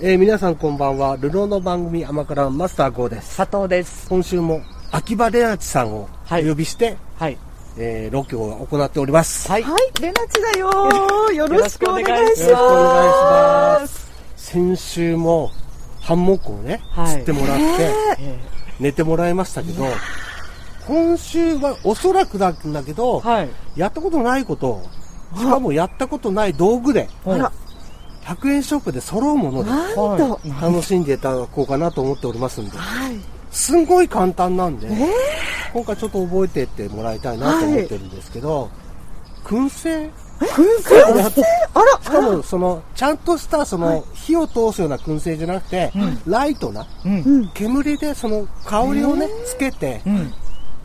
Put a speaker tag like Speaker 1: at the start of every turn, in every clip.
Speaker 1: えー皆さんこんばんは。ルノーの番組甘辛マスター GO です。
Speaker 2: 佐藤です。
Speaker 1: 今週も秋葉レナチさんをお
Speaker 2: はい
Speaker 1: 呼びして、
Speaker 2: はい。
Speaker 1: えー、ロケを行っております。
Speaker 2: はい。
Speaker 3: はい、レナチだよー。よろしくお願い
Speaker 2: よろし
Speaker 3: し
Speaker 2: くお
Speaker 1: 願いしま
Speaker 3: ますす。
Speaker 1: 先週もハンモックをね、
Speaker 2: はい
Speaker 1: 釣ってもらって、
Speaker 2: え
Speaker 1: 寝てもらいましたけど、今週はおそらくなんだけど、
Speaker 2: ーはい。
Speaker 1: やったことないことを、しかもやったことない道具で、
Speaker 2: あら、
Speaker 1: 100円ショップで揃うもので
Speaker 3: なんと。
Speaker 1: 楽しんでいただこうかなと思っておりますんで、
Speaker 3: はい。
Speaker 1: すんごい簡単なんで、今回ちょっと覚えていってもらいたいなと思ってるんですけど、燻製
Speaker 3: 燻製あら
Speaker 1: しかもそのちゃんとしたその火を通すような燻製じゃなくて、ライトな
Speaker 2: うん。
Speaker 3: うん。
Speaker 1: 煙でその香りをね、つけて
Speaker 2: うん。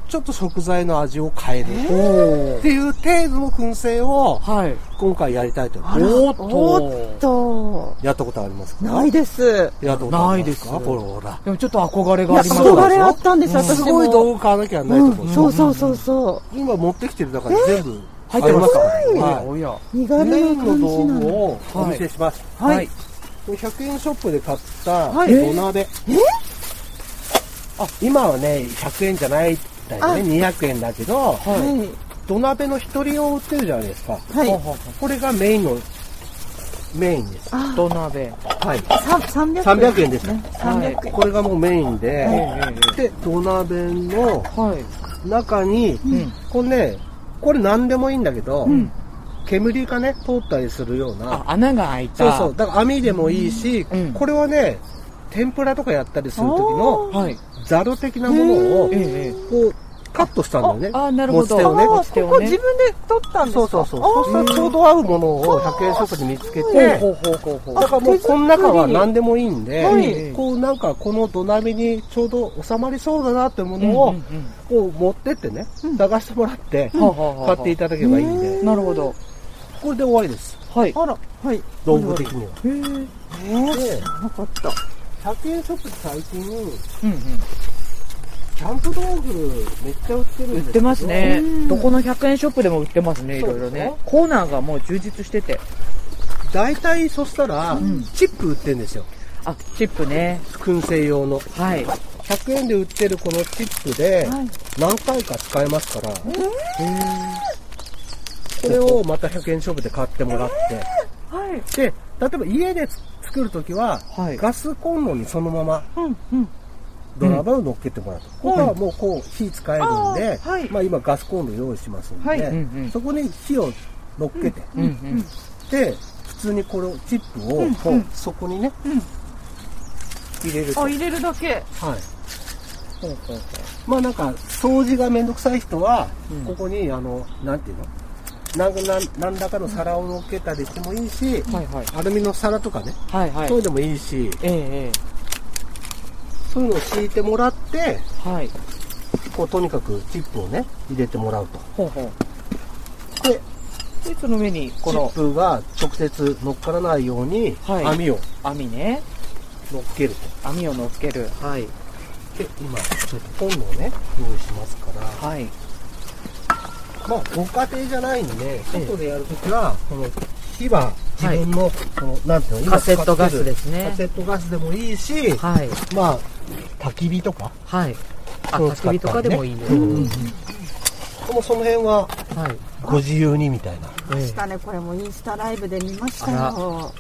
Speaker 1: ちょっと食材の味を変える
Speaker 2: お
Speaker 1: っていう程度の燻製を
Speaker 2: はい。
Speaker 1: 今回やりたいと思います
Speaker 2: お
Speaker 3: おっと。
Speaker 1: やったことありますか
Speaker 3: ないです。
Speaker 1: やったことありますか
Speaker 2: ないです
Speaker 1: ほらほら
Speaker 2: でもちょっと憧れ
Speaker 3: い
Speaker 2: が
Speaker 3: や、
Speaker 2: ありますね。
Speaker 3: 憧れあったんで
Speaker 2: う
Speaker 3: す、
Speaker 2: ん
Speaker 3: 私
Speaker 1: す
Speaker 3: も。
Speaker 1: ごい道具買わなきゃないと思う
Speaker 3: うんん
Speaker 1: ですよ
Speaker 3: そうそうそうそ
Speaker 1: 今持ってきてる中に全部
Speaker 2: 入ってます
Speaker 1: か
Speaker 2: からおや
Speaker 1: は
Speaker 2: おや。
Speaker 3: う。身
Speaker 1: い、
Speaker 3: 軽
Speaker 1: メイン
Speaker 3: な
Speaker 1: の
Speaker 3: 感じ
Speaker 1: 道
Speaker 3: な
Speaker 1: 具
Speaker 3: の。
Speaker 1: をお見せします、
Speaker 3: はい。
Speaker 1: これ100円ショップで買った
Speaker 3: はい
Speaker 1: 土鍋、あ今はね100円じゃないだよね200円だけど、
Speaker 2: は
Speaker 1: 土鍋の一人用売ってるじゃないですか
Speaker 3: はい。は
Speaker 2: い。
Speaker 3: い。
Speaker 1: これがメインのメインです
Speaker 3: あ、
Speaker 2: 土鍋。
Speaker 1: はい
Speaker 3: さ300円。
Speaker 1: 300円です
Speaker 3: ね。300円。
Speaker 1: これがもうメインで、
Speaker 2: えええ
Speaker 1: で土鍋の
Speaker 2: えはい。
Speaker 1: 中に、
Speaker 2: うん。
Speaker 1: これねこれ何でもいいんだけど、煙がね通ったりするような
Speaker 2: あ、穴が開い
Speaker 1: そう
Speaker 2: た。
Speaker 1: そう。だから網でもいいし、
Speaker 2: うん
Speaker 1: これはね天ぷらとかやったりする時の
Speaker 2: はい。
Speaker 1: ざる的なものを
Speaker 2: ええ
Speaker 1: こうカットしたんだよね
Speaker 2: ああなるほど
Speaker 1: 持ち手をね
Speaker 2: あ
Speaker 3: あ
Speaker 2: 持
Speaker 3: あ、
Speaker 2: ち手
Speaker 3: こ
Speaker 2: を
Speaker 3: こ
Speaker 2: ね
Speaker 3: 自分で取ったんです
Speaker 1: そう
Speaker 3: か
Speaker 1: そうそうそうしたらちょうど合うものを100円ショップで見つけ
Speaker 2: ええ
Speaker 1: て
Speaker 2: ほうほうほうほうほ
Speaker 1: だ
Speaker 2: う。
Speaker 1: からもうこの中は何でもいいんで、
Speaker 2: はい
Speaker 1: こうなんかこの土鍋にちょうど収まりそうだなってものを
Speaker 2: うんうんうん
Speaker 1: こう持ってってね、探してもらって
Speaker 2: はあはあはあは
Speaker 1: 買
Speaker 2: あ
Speaker 1: っていただければいいんで、
Speaker 2: なるほど。
Speaker 1: これで終わりです
Speaker 2: はい。
Speaker 3: あら、はい。
Speaker 1: 道具的には。
Speaker 2: へえ。うん
Speaker 3: えー、知
Speaker 1: で
Speaker 3: らなかった。
Speaker 1: 100円ショップって最近
Speaker 2: うん。
Speaker 1: キャンプ道具めっちゃ売ってるん
Speaker 2: 売
Speaker 1: です
Speaker 2: ってますね
Speaker 3: う。ん
Speaker 2: どこの100円ショップでも売ってますね、いろいろね
Speaker 1: そう。
Speaker 2: コーナーがもう充実してて。
Speaker 1: 大体そしたら、チップ売ってるんですよ
Speaker 2: あ、チップね。
Speaker 1: 燻製用の
Speaker 2: はい。
Speaker 1: 100円で売ってるこのチップで
Speaker 3: はい
Speaker 1: 何回か使えますから、これをまた100円ショップで買ってもらって、
Speaker 3: はい。
Speaker 1: で例えば家で作るときは、
Speaker 2: はい
Speaker 1: ガスコンロにそのまま
Speaker 3: うん、うん。
Speaker 1: ドラバーを乗っけてもらうと、ここはもうこう火使えるんで、
Speaker 3: あーはい
Speaker 1: まあ、今ガスコンロ用意しますんで、
Speaker 3: はい
Speaker 2: うんうん
Speaker 1: そこに火を乗っけて、
Speaker 2: うんうん。
Speaker 1: で普通にこれをチップをこう、そこにね、
Speaker 3: ん
Speaker 1: 入れると、
Speaker 3: あ、
Speaker 1: はい、
Speaker 3: 入れるだけ。
Speaker 2: ほうほうほ
Speaker 1: まあなんか掃除がめんどくさい人は、
Speaker 2: うん
Speaker 1: ここにあのなんていうのなんなんなんらかの皿を乗っけたりしてもいいし、
Speaker 2: うはいはい。
Speaker 1: アルミの皿とかね、
Speaker 2: はいはい。
Speaker 1: そういうのもいいし
Speaker 2: えええ
Speaker 1: そういうのを敷いてもらって
Speaker 2: え。はい。
Speaker 1: こうとにかくチップをね入れてもらうと
Speaker 2: ほうほう。
Speaker 1: で、
Speaker 2: で、その上に、こ
Speaker 1: チッ
Speaker 2: の
Speaker 1: プが直接乗っからないように
Speaker 2: はい
Speaker 1: 網を
Speaker 2: 網ね。
Speaker 1: 乗っけると、
Speaker 2: 網を乗っける。はい。
Speaker 1: で今ちょっとコンロをね用意しますから、
Speaker 2: はい。
Speaker 1: まあ、ご家庭じゃないんで、外でやるときは、この火は自
Speaker 2: はい
Speaker 1: 分の、この、なんていうの、今
Speaker 2: カセットガスです
Speaker 1: 使ってるカ
Speaker 2: ね。
Speaker 1: セットガスでもいいし、
Speaker 2: はい。
Speaker 1: まあ、焚き火とか、
Speaker 2: はい。あ、
Speaker 1: そう
Speaker 2: 焚き火とかでもいいね。
Speaker 1: 使ったりねうんうんもうその辺は
Speaker 2: はい。
Speaker 1: ご自由にみたいな。
Speaker 2: え
Speaker 3: したね、これもインスタライブで見ました
Speaker 2: あら
Speaker 3: よ。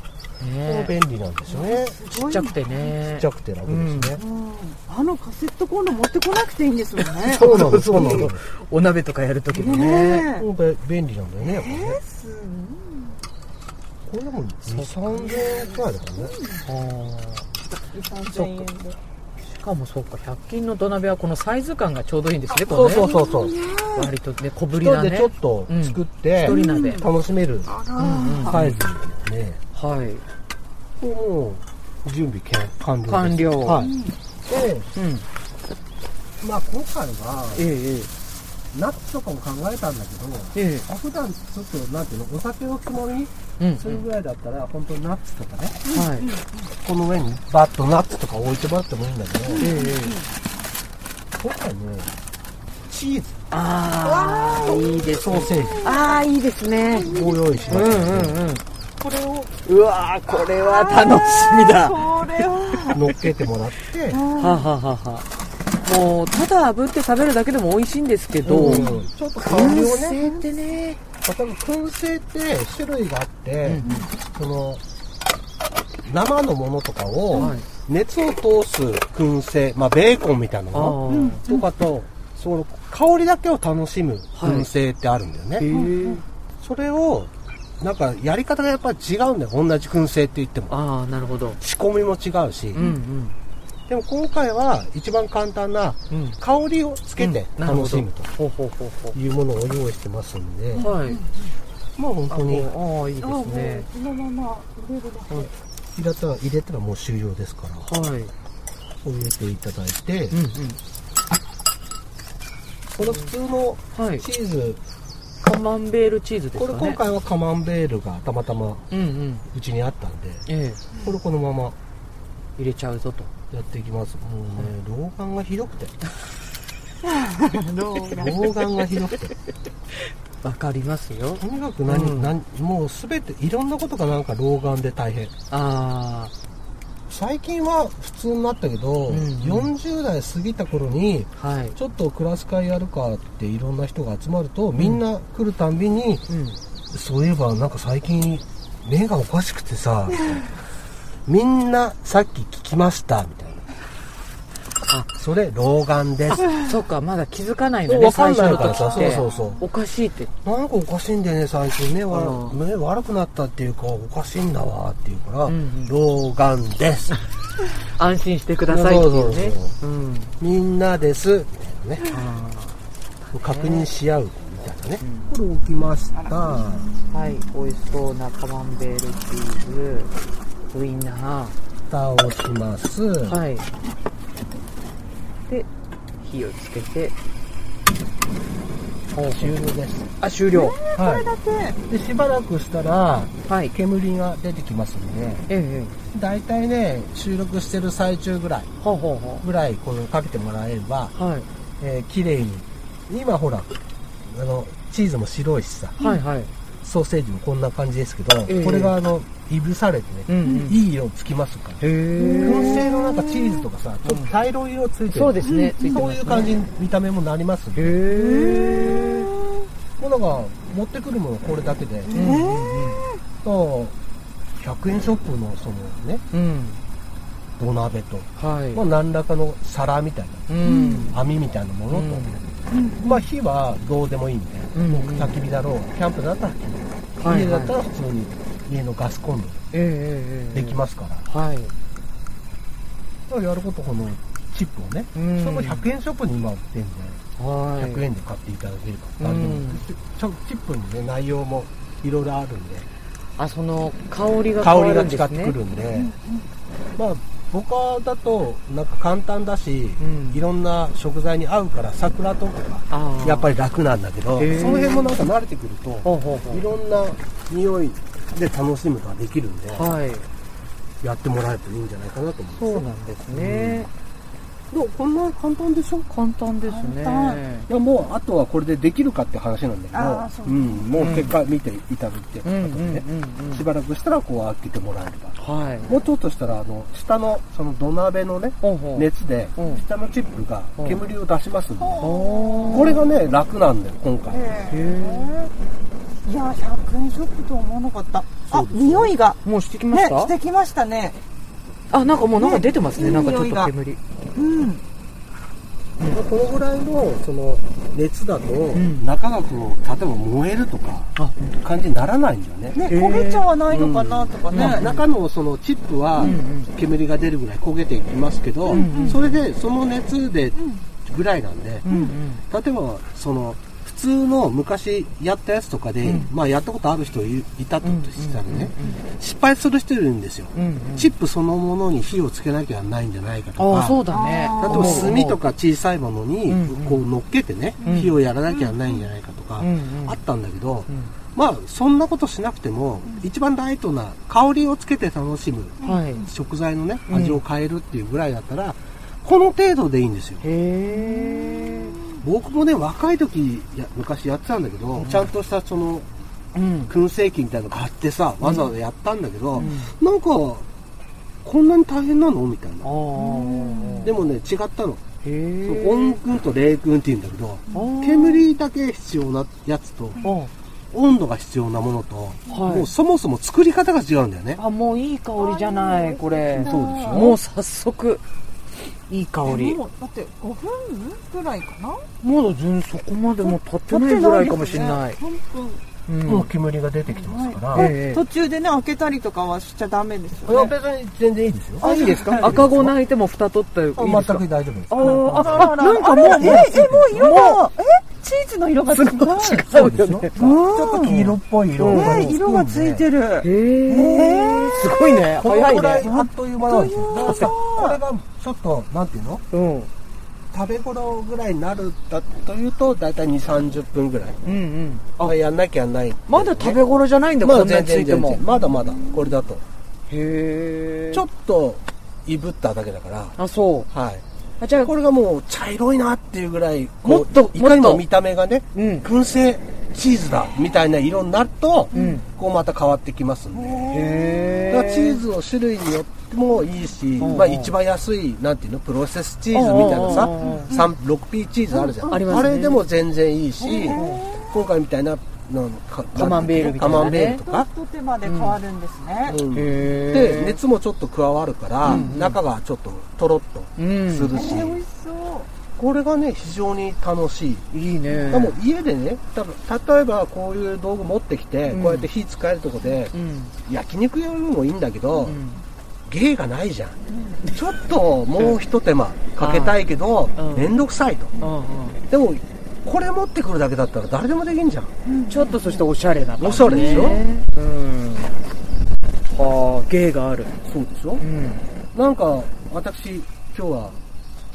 Speaker 2: え
Speaker 1: も
Speaker 2: ね
Speaker 1: う
Speaker 2: え
Speaker 1: 便利なんですよね。
Speaker 3: す
Speaker 2: ち
Speaker 3: ご
Speaker 2: っ
Speaker 3: い
Speaker 2: ち
Speaker 3: な
Speaker 2: ゃくてね。
Speaker 1: ちっちゃくて楽ですね。
Speaker 3: うんあのカセットコンロ持ってこなくていいんですもん ね。
Speaker 1: そうなの、そうなの。
Speaker 2: お鍋とかやるときもね。
Speaker 3: ね
Speaker 1: もうべ便利なんだよね、やっぱ
Speaker 3: え。
Speaker 1: ね。
Speaker 3: えす
Speaker 1: これでも2、3000円くらいだからね。
Speaker 2: あー
Speaker 3: ごい。3000円で。
Speaker 2: しかもそうか、100均の土鍋はこのサイズ感がちょうどいいんですね、こ
Speaker 1: そ
Speaker 2: の
Speaker 1: う
Speaker 2: ね。
Speaker 1: そうそうそう。
Speaker 2: 割とね、小ぶ
Speaker 1: 一
Speaker 2: りな
Speaker 1: 人
Speaker 2: ね。
Speaker 1: でちょっと作って
Speaker 2: うん一、人鍋
Speaker 1: 楽しめる
Speaker 3: あら、
Speaker 1: サイズだよね。
Speaker 2: はい。
Speaker 1: もう準備けん完了です
Speaker 2: 完了
Speaker 1: はいで
Speaker 2: うん。
Speaker 1: まあ今回は
Speaker 2: ええ
Speaker 1: ナッツとかも考えたんだけど
Speaker 2: えええ
Speaker 1: あ普段ちょっとなんていうのお酒をつまみに
Speaker 2: え。うん。
Speaker 1: するぐらいだったら、本当にナッツとかね
Speaker 2: はい。
Speaker 1: この上にバッとナッツとか置いてもらってもいいんだけど、
Speaker 2: ええ
Speaker 1: 今回ねチーズ
Speaker 2: ああ、いいです。
Speaker 1: ソーセー
Speaker 3: ああ、いいですね。
Speaker 1: ジを用意しました、
Speaker 2: うんうん。
Speaker 1: これを
Speaker 2: うわーこれは楽しみだ。
Speaker 3: これは。
Speaker 1: 乗っけてもらって、
Speaker 2: はあ、はあはあはあもうただ炙って食べるだけでも美味しいんですけど、
Speaker 1: うんちょっと香りをね、
Speaker 2: 燻製ってね
Speaker 1: また燻製って種類があって、その生のものとかを
Speaker 2: はい
Speaker 1: 熱を通す燻製、まあ、ベーコンみたいな
Speaker 2: ああ、
Speaker 1: のとかと、その香りだけを楽しむ燻製ってあるんだよね、
Speaker 2: へえ
Speaker 1: それをなんかやり方がやっぱり違うんだよ同じ燻製って言っても
Speaker 2: ああなるほど
Speaker 1: 仕込みも違うし、
Speaker 2: うん
Speaker 1: でも今回は一番簡単な
Speaker 2: うんうん
Speaker 1: 香りをつけて
Speaker 2: うんなるほ
Speaker 1: 楽
Speaker 2: ど
Speaker 1: しむと
Speaker 2: ほうほうほうほ
Speaker 1: いうものを用意してますんで、
Speaker 2: うはい
Speaker 1: まあ本
Speaker 2: あ
Speaker 1: 当に
Speaker 2: もうああいいで
Speaker 3: あも
Speaker 2: す
Speaker 3: う
Speaker 2: ね
Speaker 3: そのまま入れるだけ。
Speaker 1: 入れたら入れたらもう終了ですから
Speaker 2: はい
Speaker 1: 入れていただいて、
Speaker 2: うん
Speaker 1: この普通の
Speaker 2: うんはい
Speaker 1: チーズ、
Speaker 2: カマンベールチーズです
Speaker 1: こ
Speaker 2: か
Speaker 1: れ
Speaker 2: ね
Speaker 1: 今回はカマンベールがたまたま
Speaker 2: うんうん
Speaker 1: うちにあったんで、
Speaker 2: ええ
Speaker 1: これこのまま
Speaker 2: 入れちゃうぞと
Speaker 1: やっていきます。もうね、老眼がひどくて、
Speaker 3: 老眼
Speaker 1: 老眼がひどくて、
Speaker 2: わかりますよ
Speaker 1: とにかく何、
Speaker 2: うん
Speaker 1: 何もうすべていろんなことがなんか老眼で大変。
Speaker 2: あ
Speaker 1: 最近は普通になったけど、
Speaker 2: うんうん
Speaker 1: 40代過ぎた頃に、
Speaker 2: あはい
Speaker 1: ちょっとクラス会やるかっていろんな人が集まると、みんな来るたんびに、
Speaker 2: うん
Speaker 1: そういえばなんか最近目がおかしくてさみんなさっき聞きましたみたいな
Speaker 2: あ
Speaker 1: それ老眼ですな
Speaker 2: そうかまだ気づかないのね
Speaker 1: わかん
Speaker 2: 最
Speaker 1: ない
Speaker 2: 初
Speaker 1: か
Speaker 2: の
Speaker 1: ら
Speaker 2: 時
Speaker 1: さ
Speaker 2: って
Speaker 1: そうそうそう
Speaker 2: おかしいって
Speaker 1: んかおかしいんだよね最近目は
Speaker 2: うん
Speaker 1: 目悪くなったっていうかおかしいんだわっていうから、
Speaker 2: うんうん
Speaker 1: 老眼です
Speaker 2: 安心してくださいっていうね
Speaker 1: そうそう
Speaker 2: うん
Speaker 1: みんなですみたいなね
Speaker 2: あ
Speaker 1: 確認し合うみたいなね、これ置きました
Speaker 2: ーはい美味しそうなカマンベールチーズウインナ
Speaker 1: 蓋をします、
Speaker 2: ーはいで火をつけて
Speaker 1: 終了です
Speaker 2: あ終了
Speaker 1: は
Speaker 3: だけ。
Speaker 1: いでしばらくしたら
Speaker 2: はい
Speaker 1: 煙が出てきますんで、
Speaker 2: えええ
Speaker 1: 大体ね収録してる最中ぐらい
Speaker 2: えほうほうほ
Speaker 1: ぐらいこれかけてもらえれば、
Speaker 2: うはい
Speaker 1: えー、綺麗に今ほらあのチーズも白いしさ
Speaker 2: はいはい
Speaker 1: ソーセージもこんな感じですけど、
Speaker 2: ええ
Speaker 1: これがあのいぶされてね、
Speaker 2: うんうん
Speaker 1: いい色つきますから
Speaker 2: へ
Speaker 1: 燻製
Speaker 2: え
Speaker 1: のなんかチーズとかさちょっと茶色い色ついてる、
Speaker 2: そうですねついて
Speaker 1: そ
Speaker 2: ます
Speaker 1: う
Speaker 2: ね
Speaker 1: いう感じに見た目もなりますん
Speaker 2: へ
Speaker 1: で
Speaker 2: え
Speaker 1: もうなんか持ってくるものこれだけで、
Speaker 2: うんうん
Speaker 1: と100円ショップのそのね
Speaker 2: うん
Speaker 1: 土鍋と、
Speaker 2: はい
Speaker 1: まあ、何らかの皿みたいな
Speaker 2: うん
Speaker 1: 網みたいなものと、
Speaker 3: うん
Speaker 1: まあ火はどうでもいいんで、
Speaker 2: うん
Speaker 1: もう焚き火だろうキャンプだったら焚き火、
Speaker 2: はいはい
Speaker 1: 家だったら普通に家のガスコンロ
Speaker 2: えええええ
Speaker 1: できますから、
Speaker 2: すはい
Speaker 1: だからやることこのチップをね、
Speaker 2: うん
Speaker 1: それも100円ショップに今売ってるんで
Speaker 2: はい
Speaker 1: 100円で買っていただけるか、
Speaker 2: う
Speaker 1: ら
Speaker 2: ん
Speaker 1: チップにね内容もいろいろあるんで
Speaker 2: あその香りが変
Speaker 1: 香
Speaker 2: わ
Speaker 1: り
Speaker 2: る
Speaker 1: が
Speaker 2: んで
Speaker 1: 違っ
Speaker 2: す
Speaker 1: て
Speaker 2: ね
Speaker 1: くるんでまあ僕はだとなんか簡単だし、
Speaker 2: うん
Speaker 1: いろんな食材に合うから桜とか
Speaker 2: ああ
Speaker 1: やっぱり楽なんだけど、
Speaker 2: へー
Speaker 1: その辺もなんか慣れてくると、
Speaker 2: ほうほうほう
Speaker 1: いろんな匂いで楽しむことができるんで、
Speaker 2: はい
Speaker 1: やってもらえるといいんじゃないかなと思います。
Speaker 2: そうなんですね、
Speaker 1: でもこんな簡単でしょ
Speaker 2: 簡単ですね
Speaker 3: 簡
Speaker 1: いやもうあとはこれでできるかって話なんだけ
Speaker 3: あー
Speaker 1: ど
Speaker 3: そう、
Speaker 1: うん、もう結果見ていただいて、
Speaker 2: うんうん
Speaker 1: 後でね
Speaker 2: うんうん
Speaker 1: しばらくしたらこう開けてもらえれば。
Speaker 2: はい
Speaker 1: もうちょっとしたらあの下のその土鍋のね
Speaker 2: ほうほう
Speaker 1: 熱で
Speaker 2: うん
Speaker 1: 下のチップが
Speaker 2: うん
Speaker 1: 煙を出しますんで、
Speaker 2: おー
Speaker 1: これがね楽なんだよ今回。
Speaker 3: へ
Speaker 2: へ
Speaker 3: え。いや、100円ショップとは思わなかった。
Speaker 1: そう
Speaker 3: あ、
Speaker 1: ですよ
Speaker 3: 匂いが。
Speaker 2: もうしてきま
Speaker 3: ね、
Speaker 2: した、
Speaker 3: してきましたね。
Speaker 2: あなんかもうなんか出てますね
Speaker 3: ね
Speaker 2: なんかちょっ
Speaker 3: いい
Speaker 2: と
Speaker 3: 匂いが
Speaker 2: 煙
Speaker 3: うん。
Speaker 1: このぐらいのその熱だと、
Speaker 2: ん
Speaker 1: 中がこう例えば燃えるとか
Speaker 2: あ
Speaker 1: 感じにならないんだよね。
Speaker 3: ね、
Speaker 2: へえ
Speaker 3: 焦げちゃわないのかなとか
Speaker 1: まあ
Speaker 3: ね。
Speaker 1: 中のそのチップは
Speaker 2: うんうん
Speaker 1: 煙が出るぐらい焦げていきますけど、
Speaker 2: うんうん
Speaker 1: それでその熱でぐらいなんで、
Speaker 2: うんうん
Speaker 1: 例えばその普通の昔やったやつとかで、
Speaker 2: うん
Speaker 1: まあやったことある人いいたとしたらね、失敗する人いるんですよ、
Speaker 2: うんうん
Speaker 1: チップそのものに火をつけなきゃないんじゃないかと
Speaker 2: ああ
Speaker 1: か
Speaker 2: そうだね
Speaker 1: あと炭とか小さいものに
Speaker 2: うんうん
Speaker 1: こう乗っけてね、
Speaker 2: うん
Speaker 1: 火をやらなきゃないんじゃないかとか、
Speaker 2: うんうん
Speaker 1: あったんだけど、
Speaker 2: うん
Speaker 1: まあそんなことしなくても、一番ライトな香りをつけて楽しむ
Speaker 2: はい
Speaker 1: 食材のね
Speaker 2: うん
Speaker 1: 味を変えるっていうぐらいだったら、この程度でいいんですよ
Speaker 2: へえ
Speaker 1: 僕もね若い時や昔やってたんだけど、ちゃんとしたその
Speaker 2: うん
Speaker 1: 燻製機みたいなの買ってさわざわざやったんだけど、
Speaker 2: うん
Speaker 1: なんかこんなに大変なのみたいな。
Speaker 2: あ
Speaker 1: でもね、違った
Speaker 2: あ。
Speaker 1: の。
Speaker 2: へえ。
Speaker 1: そう音訓と霊訓って言うんだけど、
Speaker 2: あー。
Speaker 1: 煙だけ必要なやつと、
Speaker 2: あ
Speaker 1: 温度が必要なものと、
Speaker 2: はい
Speaker 1: もうそもそも作り方が違うんだよね。
Speaker 2: あ、もういい香りじゃない、これ。
Speaker 3: そうでしょ
Speaker 2: もう早速、いい香り。
Speaker 3: もうだって5分ぐらいかな
Speaker 2: まだ全然そこまでもう経ってないぐらいかもしれない。
Speaker 3: 本
Speaker 2: う。
Speaker 1: もうん煙が出てきてますから。
Speaker 2: はい
Speaker 1: え
Speaker 2: ええ
Speaker 3: 途中でね開けたりとかはしちゃダメです
Speaker 1: これは
Speaker 3: よね
Speaker 1: 別に全然いいですよ。
Speaker 2: あ、いいですか赤子泣いても蓋取っていいです
Speaker 1: あ
Speaker 2: か
Speaker 1: 全く大丈夫です。
Speaker 2: あーあ、あ、なんかもう、
Speaker 3: ええ
Speaker 2: もう
Speaker 3: えもう色がえチーズの色がつくね
Speaker 1: そ
Speaker 2: 違
Speaker 1: う
Speaker 2: う
Speaker 1: で
Speaker 2: よ
Speaker 1: しょ。ち
Speaker 2: ね。
Speaker 1: ょっと黄色っぽい色
Speaker 2: うん
Speaker 1: が。
Speaker 3: ね色がつい
Speaker 1: る。
Speaker 3: てる
Speaker 2: へえ。すごいね。
Speaker 1: この
Speaker 2: 早い
Speaker 1: ぐらい
Speaker 2: ね。
Speaker 1: あっという間なんですよ。
Speaker 3: あっという間
Speaker 1: だからさこれがちょっと、なんていうの
Speaker 2: うん。
Speaker 1: 食べ頃ぐらいになるだというと、だいたい2、30分ぐらい。
Speaker 2: うんうん。
Speaker 1: あ、やんなきゃない。
Speaker 2: まだ食べ頃じゃないんだ、
Speaker 1: ま
Speaker 2: こ
Speaker 1: だ
Speaker 2: んな
Speaker 1: 全
Speaker 2: につ
Speaker 1: 然
Speaker 2: いて
Speaker 1: 全
Speaker 2: も
Speaker 1: 然。。まだまだ、これだと。
Speaker 2: へえ。
Speaker 1: ちょっと、いぶっただけだから。
Speaker 2: あ、そう。
Speaker 1: はい。
Speaker 2: あ、じゃあ、
Speaker 1: これがもう茶色いなっていうぐらい、こう
Speaker 2: もっと
Speaker 1: いかに
Speaker 2: もっ
Speaker 1: も
Speaker 2: と
Speaker 1: 見た目がね、
Speaker 2: うん。
Speaker 1: 燻製チーズだみたいな色になると、
Speaker 2: うん
Speaker 1: こうまた変わってきますんで。
Speaker 2: へ
Speaker 1: だからチーズの種類によってもいいし、
Speaker 2: んうん
Speaker 1: まあ一番安い、なんていうの、プロセスチーズみたいなさ
Speaker 2: うんうんうん、
Speaker 1: 三 6P チーズあるじゃん。
Speaker 2: ありますね
Speaker 1: れでも全然いいし、今回みたいな、なんか
Speaker 2: カマンベールみたいなね
Speaker 1: カマンベールと
Speaker 3: と
Speaker 1: か。
Speaker 3: 一手間で変わるんですね
Speaker 1: うん
Speaker 2: へ
Speaker 1: で、
Speaker 2: え。
Speaker 1: 熱もちょっと加わるから、
Speaker 2: うんうん
Speaker 1: 中がちょっととろっと
Speaker 2: うん
Speaker 1: するし、
Speaker 3: えー美味しそう
Speaker 1: これがね、非常に楽しい。
Speaker 2: いいね。
Speaker 1: でも家でね、多分例えばこういう道具持ってきて、
Speaker 2: うん
Speaker 1: こうやって火使えるとこで、
Speaker 2: うん。
Speaker 1: 焼肉用もいいんだけど、
Speaker 2: うん。
Speaker 1: 芸がないじゃん、ちょっともうひと手間かけたいけど
Speaker 2: うん
Speaker 1: 面倒くさいと
Speaker 2: うんうん
Speaker 1: でもこれ持ってくるだけだったら誰でもできんじゃん
Speaker 2: ちょっとそしておしゃれな感じ、ね、
Speaker 1: おしゃれでしょ
Speaker 2: うんはあ芸がある
Speaker 1: そうでしょ
Speaker 2: ん
Speaker 1: なんか私今日は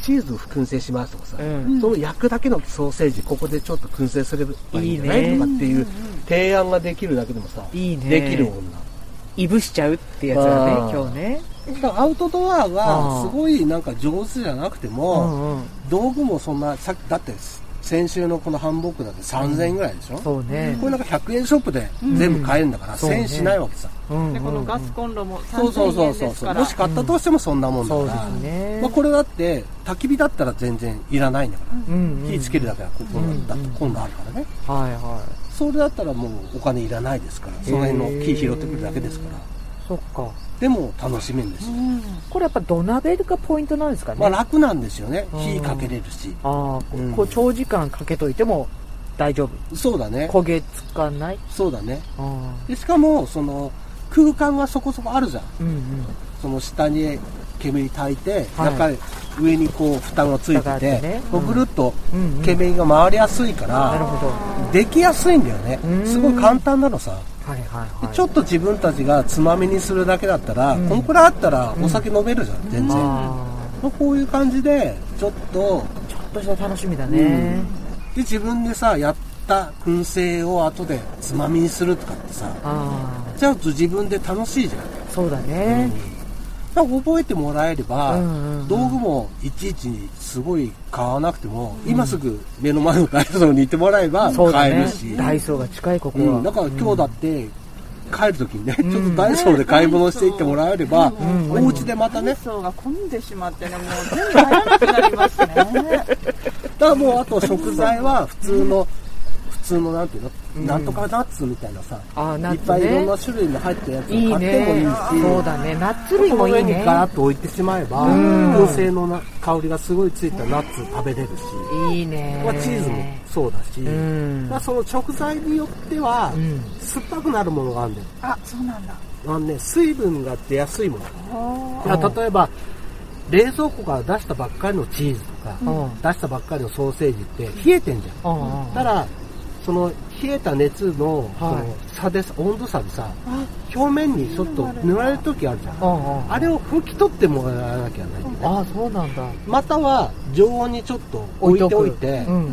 Speaker 1: チーズを燻製しますとかさ、
Speaker 2: うん
Speaker 1: その焼くだけのソーセージここでちょっと燻製すればいいんじゃない
Speaker 2: いいね
Speaker 1: とかっていう提案ができるだけでもさ
Speaker 2: いいね
Speaker 1: できる
Speaker 2: いぶしちゃうってやつだ
Speaker 1: あ
Speaker 2: ね
Speaker 1: ー
Speaker 2: 今日ね
Speaker 1: 女だからアウトドア
Speaker 2: あー
Speaker 1: はすごいなんか上手じゃなくて
Speaker 2: う
Speaker 1: も、
Speaker 2: んうん
Speaker 1: 道具もそんなさっきだって先週のこのハンモックだって3000円ぐらいでしょ、
Speaker 2: そうね
Speaker 1: これなんか100円ショップで全部買えるんだから、
Speaker 2: そうね
Speaker 1: 1000円しないわけさ。
Speaker 2: うん
Speaker 3: でこのガスコンロも3000
Speaker 1: そうそうそう
Speaker 3: 円
Speaker 1: そ
Speaker 3: で
Speaker 1: う
Speaker 3: す
Speaker 1: そう。
Speaker 3: から
Speaker 1: もし買ったとしてもそんなもんだ
Speaker 2: そ
Speaker 1: か
Speaker 2: うで
Speaker 1: ら。
Speaker 2: すね
Speaker 1: まあ、これだって、焚き火だったら全然いらないんだから。
Speaker 2: うんうん
Speaker 1: 火つけるだけはここだと今度あるからね。
Speaker 2: はいは
Speaker 1: それだったらもうお金いらないですから。その辺の木拾ってくるだけですから。
Speaker 2: いそっか
Speaker 1: でも楽しめんですよ。
Speaker 2: これやっぱ土鍋がポイントなんですかね、
Speaker 1: まあ楽なんですよね。
Speaker 2: うん
Speaker 1: 火かけれるし。
Speaker 2: ああこ,、
Speaker 1: うん
Speaker 2: こう長時間かけといても大丈夫
Speaker 1: そうだね。
Speaker 2: 焦げつかない
Speaker 1: そうだね。
Speaker 2: あ
Speaker 1: で、しかも、その、空間はそこそこあるじゃん。
Speaker 2: ーうんうん
Speaker 1: その下に煙炊いて、
Speaker 2: はい
Speaker 1: 中に上にこう蓋がつい
Speaker 2: 蓋があってて
Speaker 1: て、
Speaker 2: ね
Speaker 1: こうぐるっと
Speaker 2: うんうん
Speaker 1: 煙が回りやすいか
Speaker 2: なる
Speaker 1: ら、
Speaker 2: ほど
Speaker 1: できやすいんだよね
Speaker 2: うーん
Speaker 1: すごい簡単なのさ
Speaker 2: はいはい
Speaker 1: で
Speaker 2: はい
Speaker 1: ちょっと自分たちがつまみにするだけだったら、
Speaker 2: うん
Speaker 1: こんくらいあったらお酒飲めるじゃん、全然、
Speaker 2: あ
Speaker 1: こういう感じでちょっと
Speaker 2: ーちょっとした楽しみだね、
Speaker 1: で自分でさやった燻製を後でつまみにするとかってさ
Speaker 2: ああ
Speaker 1: ちゃうと自分で楽しいじゃん
Speaker 2: そうだね、
Speaker 1: だから覚えてもらえれば、
Speaker 2: うんうん
Speaker 1: 道具もいちいちすごい買わなくても、今すぐ目の前のダイソーに行ってもらえば
Speaker 2: そうだ
Speaker 1: 買え
Speaker 2: ね
Speaker 1: るし
Speaker 2: ダイソーが近いここ
Speaker 1: う
Speaker 2: は、
Speaker 1: んだから今日だって帰る時にね、
Speaker 2: ん
Speaker 1: ちょっとダイソーで買い物していってもらえれば、
Speaker 2: ん
Speaker 1: お家でまたね
Speaker 3: ダイソーが混んでしまってねもう全部入らなくなります
Speaker 1: だ
Speaker 3: ね
Speaker 1: からもうあと食材は 普通の、普通のなんていうの、なんとかナッツみたいなさ
Speaker 2: あーナ
Speaker 1: い
Speaker 2: ッ
Speaker 1: っ
Speaker 2: ツ
Speaker 1: ぱ
Speaker 2: ね
Speaker 1: いいろんな種類の入ったやつを買
Speaker 2: いい
Speaker 1: ってもいいし
Speaker 2: ねそうだねナッツ類
Speaker 1: この
Speaker 2: もい
Speaker 1: 上
Speaker 2: い
Speaker 1: に
Speaker 2: ね
Speaker 1: ガラッと置いてしまえば、燻製のな香りがすごいついたナッツ食べれるし、
Speaker 2: いいね
Speaker 1: まあ、チーズもそうだし、
Speaker 2: ん
Speaker 1: まあ、その食材によっては、
Speaker 2: ん
Speaker 1: 酸っぱくなるものがあるんだよ
Speaker 3: あそうなんだ
Speaker 1: あの、ね、水分が出やすいもの
Speaker 3: あ
Speaker 1: だから例えば冷蔵庫から出したばっかりのチーズとか、
Speaker 2: うん
Speaker 1: 出したばっかりのソーセージって冷えてんじゃん、
Speaker 2: うんうん
Speaker 1: ただその冷えた熱のそ
Speaker 2: はい
Speaker 1: の差でさ温度差でさ表面にちょっと塗られる時あるじゃん、
Speaker 2: うんうん
Speaker 1: あれを拭き取ってもらわなきゃいけないんだよね
Speaker 2: ああそうなんだ
Speaker 1: または常温にちょっと置いておいて、
Speaker 2: うんうん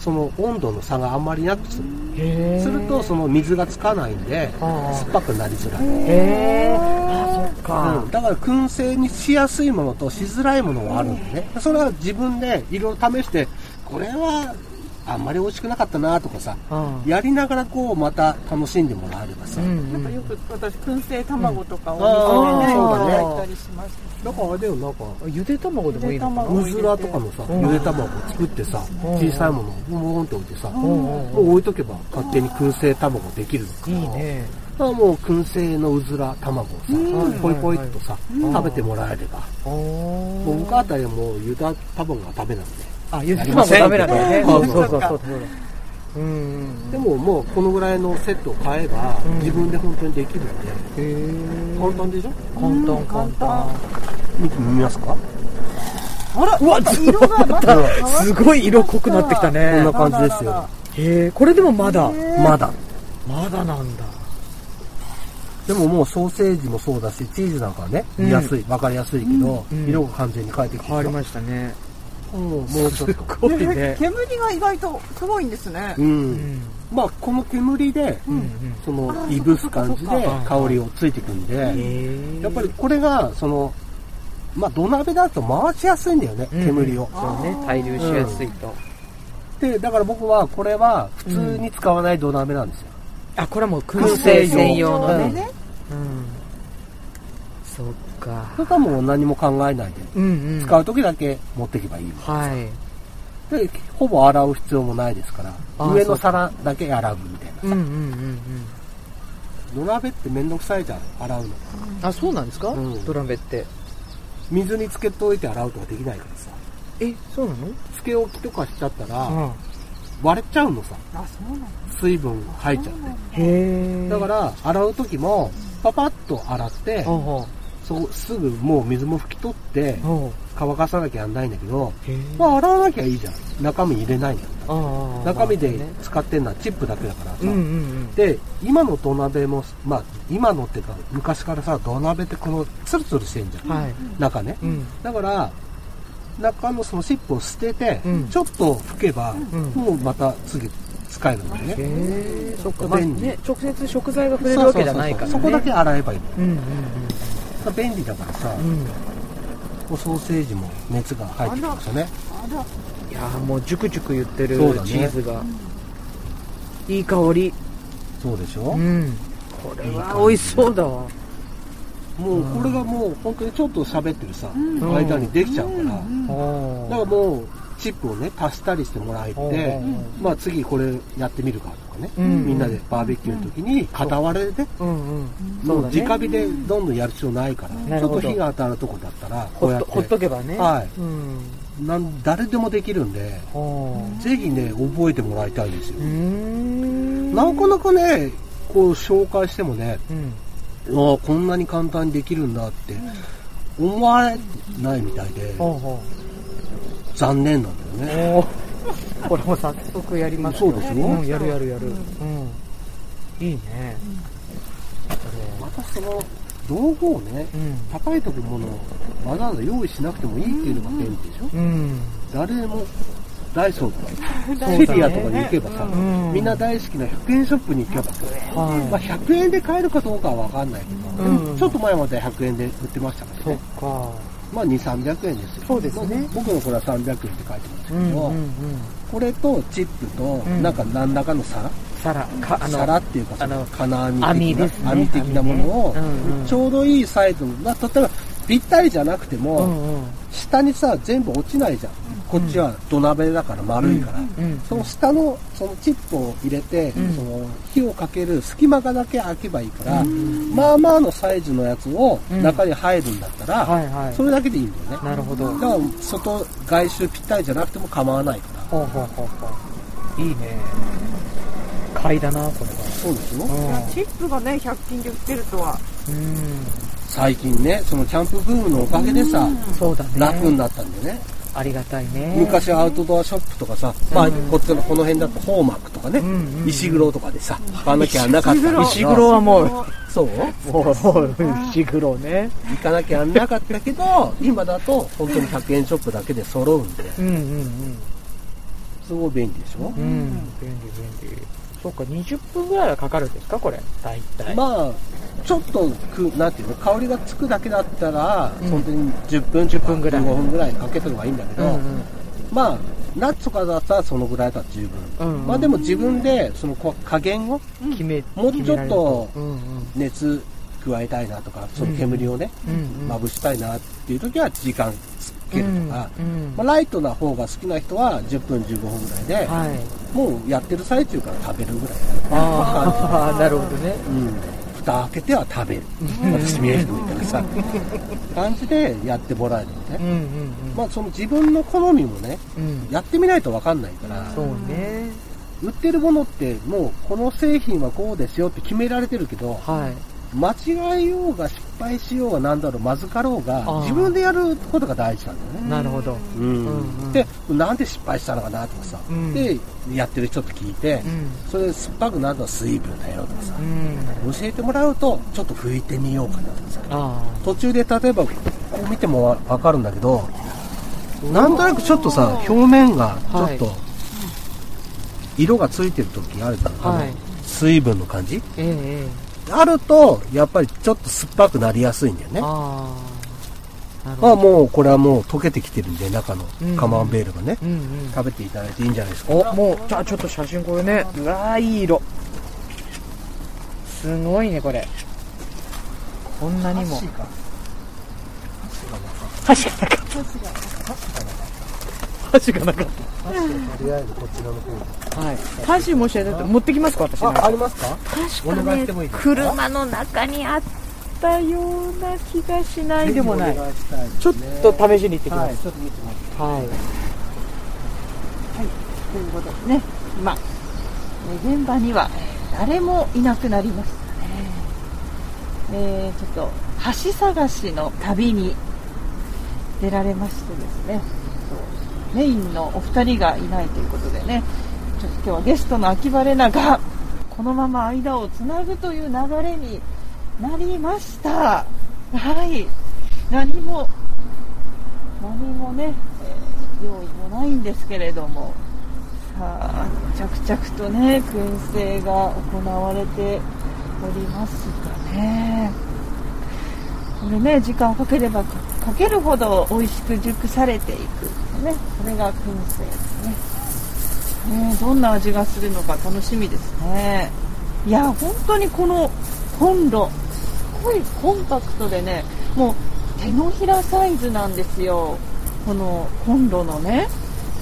Speaker 1: その温度の差があんまりなくする
Speaker 2: へえ
Speaker 1: するとその水がつかないんで
Speaker 2: ああ
Speaker 1: 酸っぱくなりづらい、
Speaker 2: へえあそっ
Speaker 1: う
Speaker 2: か
Speaker 1: ん、だから燻製にしやすいものとしづらいものはあるんでねそれは自分でいろいろ試してこれはあんまり美味しくなかったなとかさ、
Speaker 2: うん
Speaker 1: やりながらこうまた楽しんでもらえればさ、
Speaker 2: うん
Speaker 4: な
Speaker 2: うん
Speaker 4: か
Speaker 2: ん
Speaker 4: よく私燻製卵とかを
Speaker 1: うん
Speaker 4: お店でね、
Speaker 1: あ
Speaker 4: いただ
Speaker 1: ー
Speaker 4: いたりします
Speaker 1: なんかあれだよなんか
Speaker 2: ゆで卵でもいいのかな
Speaker 1: うずらとかのさ、
Speaker 2: うん
Speaker 1: ゆで卵を作ってさ、
Speaker 2: うん
Speaker 1: 小さいものをボンボンって置いてさ、
Speaker 2: う
Speaker 1: も
Speaker 2: んうんうん
Speaker 1: う置いとけば勝手に燻製卵できるから
Speaker 2: いいね
Speaker 1: だからもう燻製のうずら卵をさ、
Speaker 2: うん
Speaker 1: ポイポイっとさ、食べてもらえれば、
Speaker 2: お
Speaker 1: もう
Speaker 2: お
Speaker 1: 僕あたりはもうゆだ卵が食べなんで、
Speaker 2: あゆで卵ダメなんだよね
Speaker 1: そ
Speaker 2: そうう
Speaker 1: そ
Speaker 2: そうう
Speaker 1: そ
Speaker 2: そううそううんうん
Speaker 1: でももうこのぐらいのセットを買えば、
Speaker 2: うん
Speaker 1: 自分で本当にできるんで、
Speaker 2: へえ
Speaker 1: 簡単でしょ
Speaker 2: 簡単簡単
Speaker 1: 見てみますか
Speaker 4: あら
Speaker 2: うわ
Speaker 3: 色がまだ変わっ
Speaker 2: すごい色濃くなってきた
Speaker 1: こん
Speaker 2: ね
Speaker 1: な感じです
Speaker 4: あら
Speaker 1: よ。
Speaker 2: へえこれでもまだ
Speaker 1: まだ。
Speaker 2: まだなんだ
Speaker 1: でももうソーセージもそうだし、チーズなんかはね、
Speaker 2: うん
Speaker 1: 見やすい、わかりやすいけど、
Speaker 2: うん
Speaker 1: 色が完全に変えてきて
Speaker 2: 変わり
Speaker 1: し
Speaker 2: ましたね
Speaker 1: た。うんもうちょっと。
Speaker 2: 濃い
Speaker 4: ね
Speaker 2: ね
Speaker 4: 煙が意外とすごいんですね
Speaker 1: う。
Speaker 2: うんん
Speaker 1: まあ、この煙で、
Speaker 2: うんうん
Speaker 1: その、いぶす感じで
Speaker 4: そっ
Speaker 2: かそっか
Speaker 1: 香りをついてくんで、
Speaker 2: へえ
Speaker 1: やっぱりこれが、その、まあ、土鍋だと回しやすいんだよね、
Speaker 2: うん
Speaker 1: 煙を。
Speaker 2: そうね対流しやすいと
Speaker 1: で、だから僕は、これは普通に使わない土鍋なんですよ。
Speaker 2: あこれはもう燻製専用の
Speaker 1: う
Speaker 2: ね
Speaker 1: ん
Speaker 3: ね
Speaker 2: うんそっか
Speaker 1: それからもう何も考えないで、
Speaker 2: うんうん
Speaker 1: 使う時だけ持っていけばいいの。
Speaker 2: はい
Speaker 1: で、ほぼ洗う必要もないですから、
Speaker 2: あー
Speaker 1: 上の皿だけ洗うみたいな。
Speaker 2: うんうんうんうん
Speaker 1: 土鍋ってめんどくさいじゃん、洗うの。
Speaker 2: あそうなんですか、
Speaker 1: うん
Speaker 2: ドラベって
Speaker 1: 水につけといて洗うとかできないからさ。
Speaker 2: えそうなの
Speaker 1: つけ置きとかしちゃったら、
Speaker 2: あ
Speaker 1: 割れちゃうのさ。
Speaker 4: あそうなんだ
Speaker 1: 水分入っちゃって。
Speaker 2: へえ
Speaker 1: だからら、洗う時も、パパッと洗って、
Speaker 2: あ
Speaker 1: そう、すぐもう水も拭き取って、
Speaker 2: ああ
Speaker 1: 乾かさなきゃやんないんだけど、
Speaker 2: へえ
Speaker 1: まあ洗わなきゃいいじゃん。中身入れないんだ
Speaker 2: あああ
Speaker 1: 中身で
Speaker 2: ね
Speaker 1: 使ってんのはチップだけだからさ。
Speaker 2: うんうん
Speaker 1: で、今の土鍋も、まあ、今のってか、昔からさ、土鍋ってこの、ツルツルしてんじゃ
Speaker 2: うん
Speaker 1: ん。
Speaker 2: はい
Speaker 1: 中ね。
Speaker 2: うん
Speaker 1: だから、中のそのシップを捨てて、
Speaker 2: うん
Speaker 1: ちょっと拭けば、
Speaker 2: うん
Speaker 1: もうまた次使えるの
Speaker 2: へ
Speaker 1: ね。
Speaker 2: えそっか、
Speaker 1: 便利
Speaker 2: まあね、直接食材が触れるわけじゃないから、ね、
Speaker 1: そうそうそうそこだけ洗えばいいの。
Speaker 2: うんうん
Speaker 1: だから便利だからさ、
Speaker 2: うんうん
Speaker 1: こうソーセージも熱が入ってきましたね。
Speaker 2: いやーもうジュクジュク言ってる
Speaker 1: そうだね
Speaker 2: チーズが、いい香り
Speaker 1: そうでしょ、
Speaker 2: うんこれは美味しそうだわ
Speaker 1: もうこれがもう本当にちょっと喋ってるさ、
Speaker 2: ん
Speaker 1: 間にできちゃう
Speaker 2: あ
Speaker 1: から、
Speaker 2: ー
Speaker 1: だからもう、チップをね、足したりしてもらえて、
Speaker 2: うんうん
Speaker 1: まあ次これやってみるかとかね、
Speaker 2: うん
Speaker 1: みんなでバーベキューの時に片割れでね、
Speaker 2: うんうん
Speaker 1: もう直火でどんどんやる必要ないから、
Speaker 2: なる
Speaker 1: ちょっ
Speaker 2: ほ
Speaker 1: と
Speaker 2: ど
Speaker 1: 火が当たるとこだったら、こう
Speaker 2: ほ
Speaker 1: や
Speaker 2: っ
Speaker 1: っ
Speaker 2: とほっと
Speaker 1: て、
Speaker 2: けばね
Speaker 1: は
Speaker 2: うん
Speaker 1: なん誰でもできるんで、
Speaker 2: はあ
Speaker 1: ぜひね、覚えてもらいたいですよ
Speaker 2: うー。ん
Speaker 1: なかなかね、こう紹介してもね、
Speaker 2: うん
Speaker 1: ああ、こんなに簡単にできるんだって、思われないみたいで、
Speaker 2: ほうほ
Speaker 1: 残念なんだ
Speaker 2: う
Speaker 1: よね。
Speaker 2: おおこれも早速やります
Speaker 1: そうでしょ
Speaker 2: うんやるやるやるうんいいね
Speaker 1: またその、道具をね、
Speaker 2: うん
Speaker 1: 高いところものわざわざ用意しなくてもいいっていうのが便利でしょ、
Speaker 2: うん
Speaker 1: 誰でもダイソーとか、
Speaker 2: ダイソ
Speaker 1: シ
Speaker 2: ー
Speaker 1: リアとかに行けばさ、
Speaker 2: ん
Speaker 1: みんな大好きな100円ショップに行けばさ、まあ、
Speaker 2: は
Speaker 1: 100円で買えるかどうかは分かんないけど、
Speaker 2: うん
Speaker 1: ちょっと前まで100円で売ってましたか
Speaker 2: い
Speaker 1: ら
Speaker 2: そっ
Speaker 1: ね、
Speaker 2: か
Speaker 1: まあ2、300円ですよ。
Speaker 2: そうですね
Speaker 1: まあ僕のこれは300円って書いてますけ
Speaker 2: う
Speaker 1: ど、
Speaker 2: んうんうん
Speaker 1: これとチップと、
Speaker 2: ん
Speaker 1: なんか何らかの皿、
Speaker 2: 皿かあの
Speaker 1: 皿っていうかそ
Speaker 2: あ
Speaker 1: の
Speaker 2: の
Speaker 1: 金網的な
Speaker 2: 網ですね
Speaker 1: 網的なものを、
Speaker 2: 網ねうんうん
Speaker 1: ちょうどいいサイズの、まあ、例えばぴったりじゃなくても、
Speaker 2: うんうん
Speaker 1: 下にさ全部落ちないじゃん、こっちは土鍋だから丸いから、
Speaker 2: うん
Speaker 1: その下のそのチップを入れて、
Speaker 2: うん
Speaker 1: その火をかける隙間がだけ開けばいいから、まあまあのサイズのやつを
Speaker 2: うん
Speaker 1: 中に入るんだったら、
Speaker 2: はいはい
Speaker 1: それだけでいいんだよね
Speaker 2: なるほど
Speaker 1: だから外外周ぴったりじゃなくても構わないか
Speaker 2: ほ
Speaker 1: ら
Speaker 2: うほうほうほういいね買いだなこれは
Speaker 1: そうですよ
Speaker 4: いやチップがね100均で売ってるとは
Speaker 2: うん
Speaker 1: 最近ねそのキャンプブームのおかげでさ、
Speaker 2: そうだね
Speaker 1: 楽になったんでね、
Speaker 2: ありがたいね
Speaker 1: 昔アウトドアショップとかさ、まあ、こっちのこの辺だとホーマックとかね、
Speaker 2: んうんうん
Speaker 1: 石黒とかでさ買わなきゃなかったんだけど
Speaker 2: 石黒はもう
Speaker 1: そう
Speaker 2: もうもう石黒ね
Speaker 1: 行かなきゃなかったけど今だと本当に100円ショップだけで揃うんで
Speaker 2: うんうん
Speaker 1: すごい便利でしょ
Speaker 2: うんう、ん便利便利そうか20分ぐらいはかかるんですかこれ大体
Speaker 1: まあちょっとくなんていうの香りがつくだけだったら、
Speaker 2: うん
Speaker 1: 本当に10分10
Speaker 2: 10分ぐらい
Speaker 1: 15分ぐらいかけたのがいいんだけど、
Speaker 2: うんうん
Speaker 1: まあナッツとかだったらそのぐらいだ十分、
Speaker 2: うん
Speaker 1: まあでも自分でそのこ加減を
Speaker 2: 決め
Speaker 1: もうち
Speaker 2: 決め
Speaker 1: ょっと
Speaker 2: られるうんうん
Speaker 1: 熱加えたいなとかその煙をね、
Speaker 2: うんうん
Speaker 1: まぶしたいなっていう時は時間つけるとか、
Speaker 2: うんうん
Speaker 1: まあ、ライトな方が好きな人は10分15分ぐらいで、
Speaker 2: はい
Speaker 1: もうやってる最中から食べるぐらい、
Speaker 2: ああなるほどね
Speaker 1: うん、蓋開けては食べる私見えるみたいなさ感じでやってもらえるの
Speaker 2: う
Speaker 1: ね、
Speaker 2: んうんうん
Speaker 1: まあその自分の好みもね
Speaker 2: うん
Speaker 1: やってみないと分かんないから
Speaker 2: そうね
Speaker 1: 売ってるものってもうこの製品はこうですよって決められてるけど
Speaker 2: はい
Speaker 1: 間違えようが失敗しようがなんだろうまずかろうが
Speaker 2: あー
Speaker 1: 自分でやることが大事なんだよね
Speaker 2: なるほど
Speaker 1: うん
Speaker 2: うんうん
Speaker 1: でなんで失敗したのかなとかさ、
Speaker 2: うん
Speaker 1: でやってる人と聞いて、
Speaker 2: うん
Speaker 1: それ酸っぱくなるのは水分だよとかさ
Speaker 2: うん
Speaker 1: 教えてもらうとちょっと拭いてみようかなとかさ
Speaker 2: あ
Speaker 1: 途中で例えばこう見てもわかるんだけどなんとなくちょっとさ表面がちょっと
Speaker 2: は
Speaker 1: 色がついてる時あるじゃん、
Speaker 2: あはい
Speaker 1: あの水分の感じ
Speaker 2: えええ
Speaker 1: あるとやっぱりちょっと酸っぱくなりやすいんだよ
Speaker 2: え
Speaker 1: ね
Speaker 2: ああなる
Speaker 1: まあ
Speaker 2: ほど
Speaker 1: もうこれはもう溶けてきてるんで中のカマンベールがね、
Speaker 2: うんうん
Speaker 1: 食べていただいていいんじゃないですか
Speaker 2: おもうじゃあちょっと写真これねうわーいい色すごいねこれこんなにも
Speaker 1: か
Speaker 2: 箸がなかった箸がなかっ
Speaker 1: とりあえずこちらの方
Speaker 2: たはい箸もしあれだと持ってきますか私なんか
Speaker 1: ありますか
Speaker 2: 確
Speaker 1: お
Speaker 2: か
Speaker 1: 願い
Speaker 2: ね
Speaker 1: してもいいですか
Speaker 2: 車の中にあったような気がしないでもない
Speaker 1: お願いしたいですね
Speaker 2: ちょっと試しに行ってきま
Speaker 1: はい
Speaker 2: す
Speaker 1: ちょっと見てもらって
Speaker 2: はい
Speaker 3: ということでね、今、ね現場には誰もいなくなりましたね。えーちょっと橋探しの旅に出られましてですね、そうメインのお二人がいないということでね、ちょっと今日はゲストの秋晴れなが、このまま間をつなぐという流れになりました。はい。何も、何もね、えー用意もないんですけれども、さあ着々とね燻製が行われておりますがねこれね時間をかければかかけるほど美味しく熟されていくねこれが燻製ですねねどんな味がするのか楽しみですねいや本当にこのコンロすごいコンパクトでねもう手のひらサイズなんですよこのコンロのね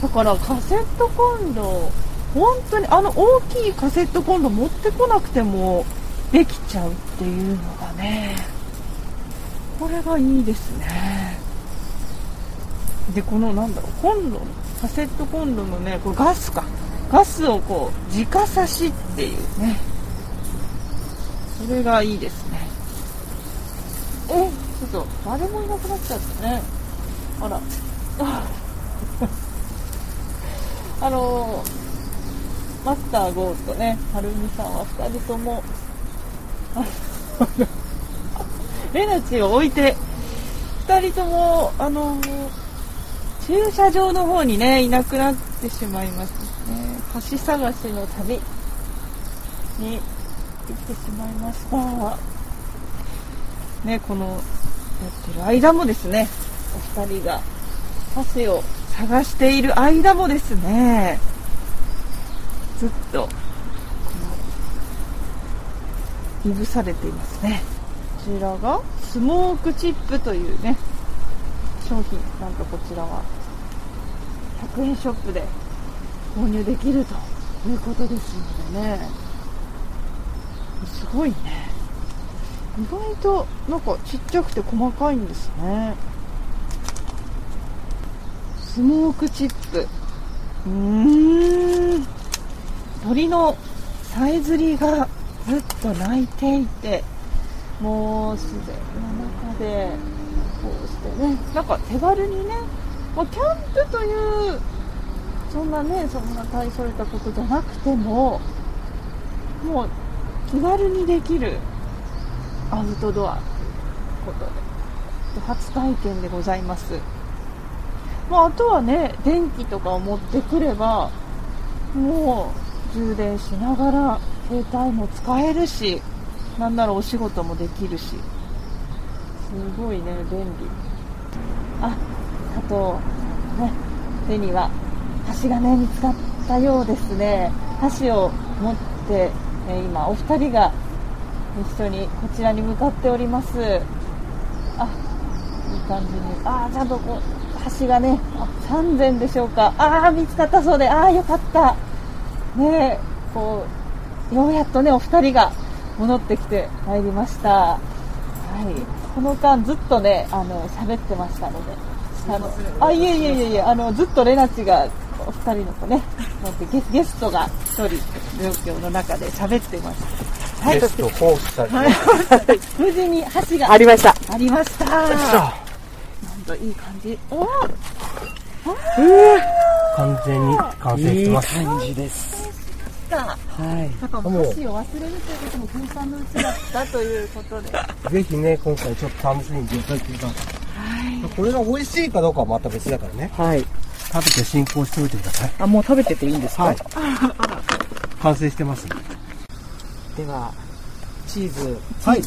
Speaker 3: だからカセットコンロ本当にあの大きいカセットコンロ持ってこなくてもできちゃうっていうのがねこれがいいですねでこのなんだろうコンロのカセットコンロのねこれガスかガスをこう直刺しっていうねそれがいいですねえちょっと誰もいなくなっちゃったねあら あのマスターゴーとね、はるみさんは2人とも、 あのレナチを置いて、2人とも、あの駐車場の方にね、いなくなってしまいますね。橋探しの旅に行ってしまいました。ね、この、やってる間もですね、お二人が、橋を探している間もですねずっとこのいぶされていますねこちらがスモークチップというね商品なんとこちらは100円ショップで購入できるということですのでねすごいね意外となんかちっちゃくて細かいんですねスモークチップ。うーん。鳥のさえずりがずっと鳴いていて、もう自然の中で、こうしてね、なんか手軽にね、まあ、キャンプという、そんなね、そんな大それたことじゃなくても、もう気軽にできるアウトドアということで、初体験でございます。まあ、あとはね電気とかを持ってくればもう充電しながら携帯も使えるしなんならお仕事もできるしすごいね便利ああとね手には橋がね見つかったようですね橋を持って、えー今お二人が一緒にこちらに向かっておりますあいい感じにあーちゃんとこう橋がねあ3膳でしょうかああ見つかったそうでああよかったねえこうようやっとねお二人が戻ってきてまいりましたはい、この間ずっとね、あの喋ってましたので、あのあいえいえいえいえ、あのずっとレナチがお二人の子ね、なんてゲスゲストが一人状況の中で喋ってました。はい
Speaker 1: ゲ、スト放棄されて、
Speaker 3: 無事に橋が
Speaker 2: ありました。
Speaker 3: ありました。なん
Speaker 1: さ
Speaker 3: といい感じ。おー
Speaker 1: あ完全に完成してます。
Speaker 2: じです。
Speaker 3: か。
Speaker 2: はい。
Speaker 3: パパも箸を忘れるということも計算のうちだったということで。
Speaker 1: ぜひね、今回ちょっと試しに実際てください。これが美味しいかどうかはまた別だからね。
Speaker 2: はい。
Speaker 1: 食べて進行しておいてください。
Speaker 2: あ、もう食べてていいんですか、
Speaker 1: はい。完成してますんで。
Speaker 2: では、チーズ、
Speaker 1: はい。
Speaker 2: い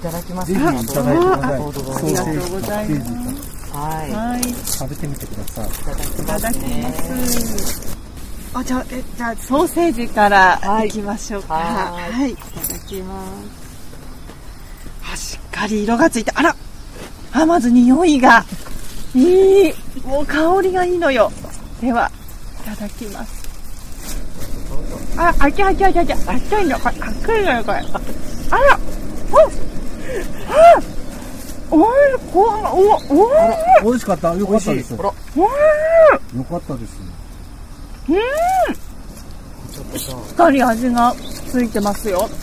Speaker 2: ただきます
Speaker 1: ぜひい
Speaker 2: か
Speaker 1: ただいてください。
Speaker 2: どうぞどうぞ
Speaker 1: ソーセ
Speaker 3: ありがとうござい
Speaker 1: ージ
Speaker 3: ま
Speaker 1: とチー
Speaker 3: す
Speaker 1: ズと
Speaker 2: はい。
Speaker 3: はい、い
Speaker 1: 食べてみてください。
Speaker 2: いただき
Speaker 3: た
Speaker 2: ま
Speaker 3: だき
Speaker 2: すね。
Speaker 3: ます。あ、じゃあ、えじゃあ、ソーセージからいきましょうか。
Speaker 2: は
Speaker 3: はいい、い、ただきます。あ、しっかり色がついて、あら、あ、まず匂いが。いい、もう香りがいいのよ。では、いただきます。あ、あきゃあきゃあきゃあきゃ、あっいの、これ、あっいのよ、これ。あら、お、あ、おい、こう、お、おい。
Speaker 1: 美味しかった。よかったです。よ
Speaker 2: ら、
Speaker 1: かったです。
Speaker 2: ちょっとじゃ
Speaker 3: しっかり味がついてますよ。
Speaker 1: ね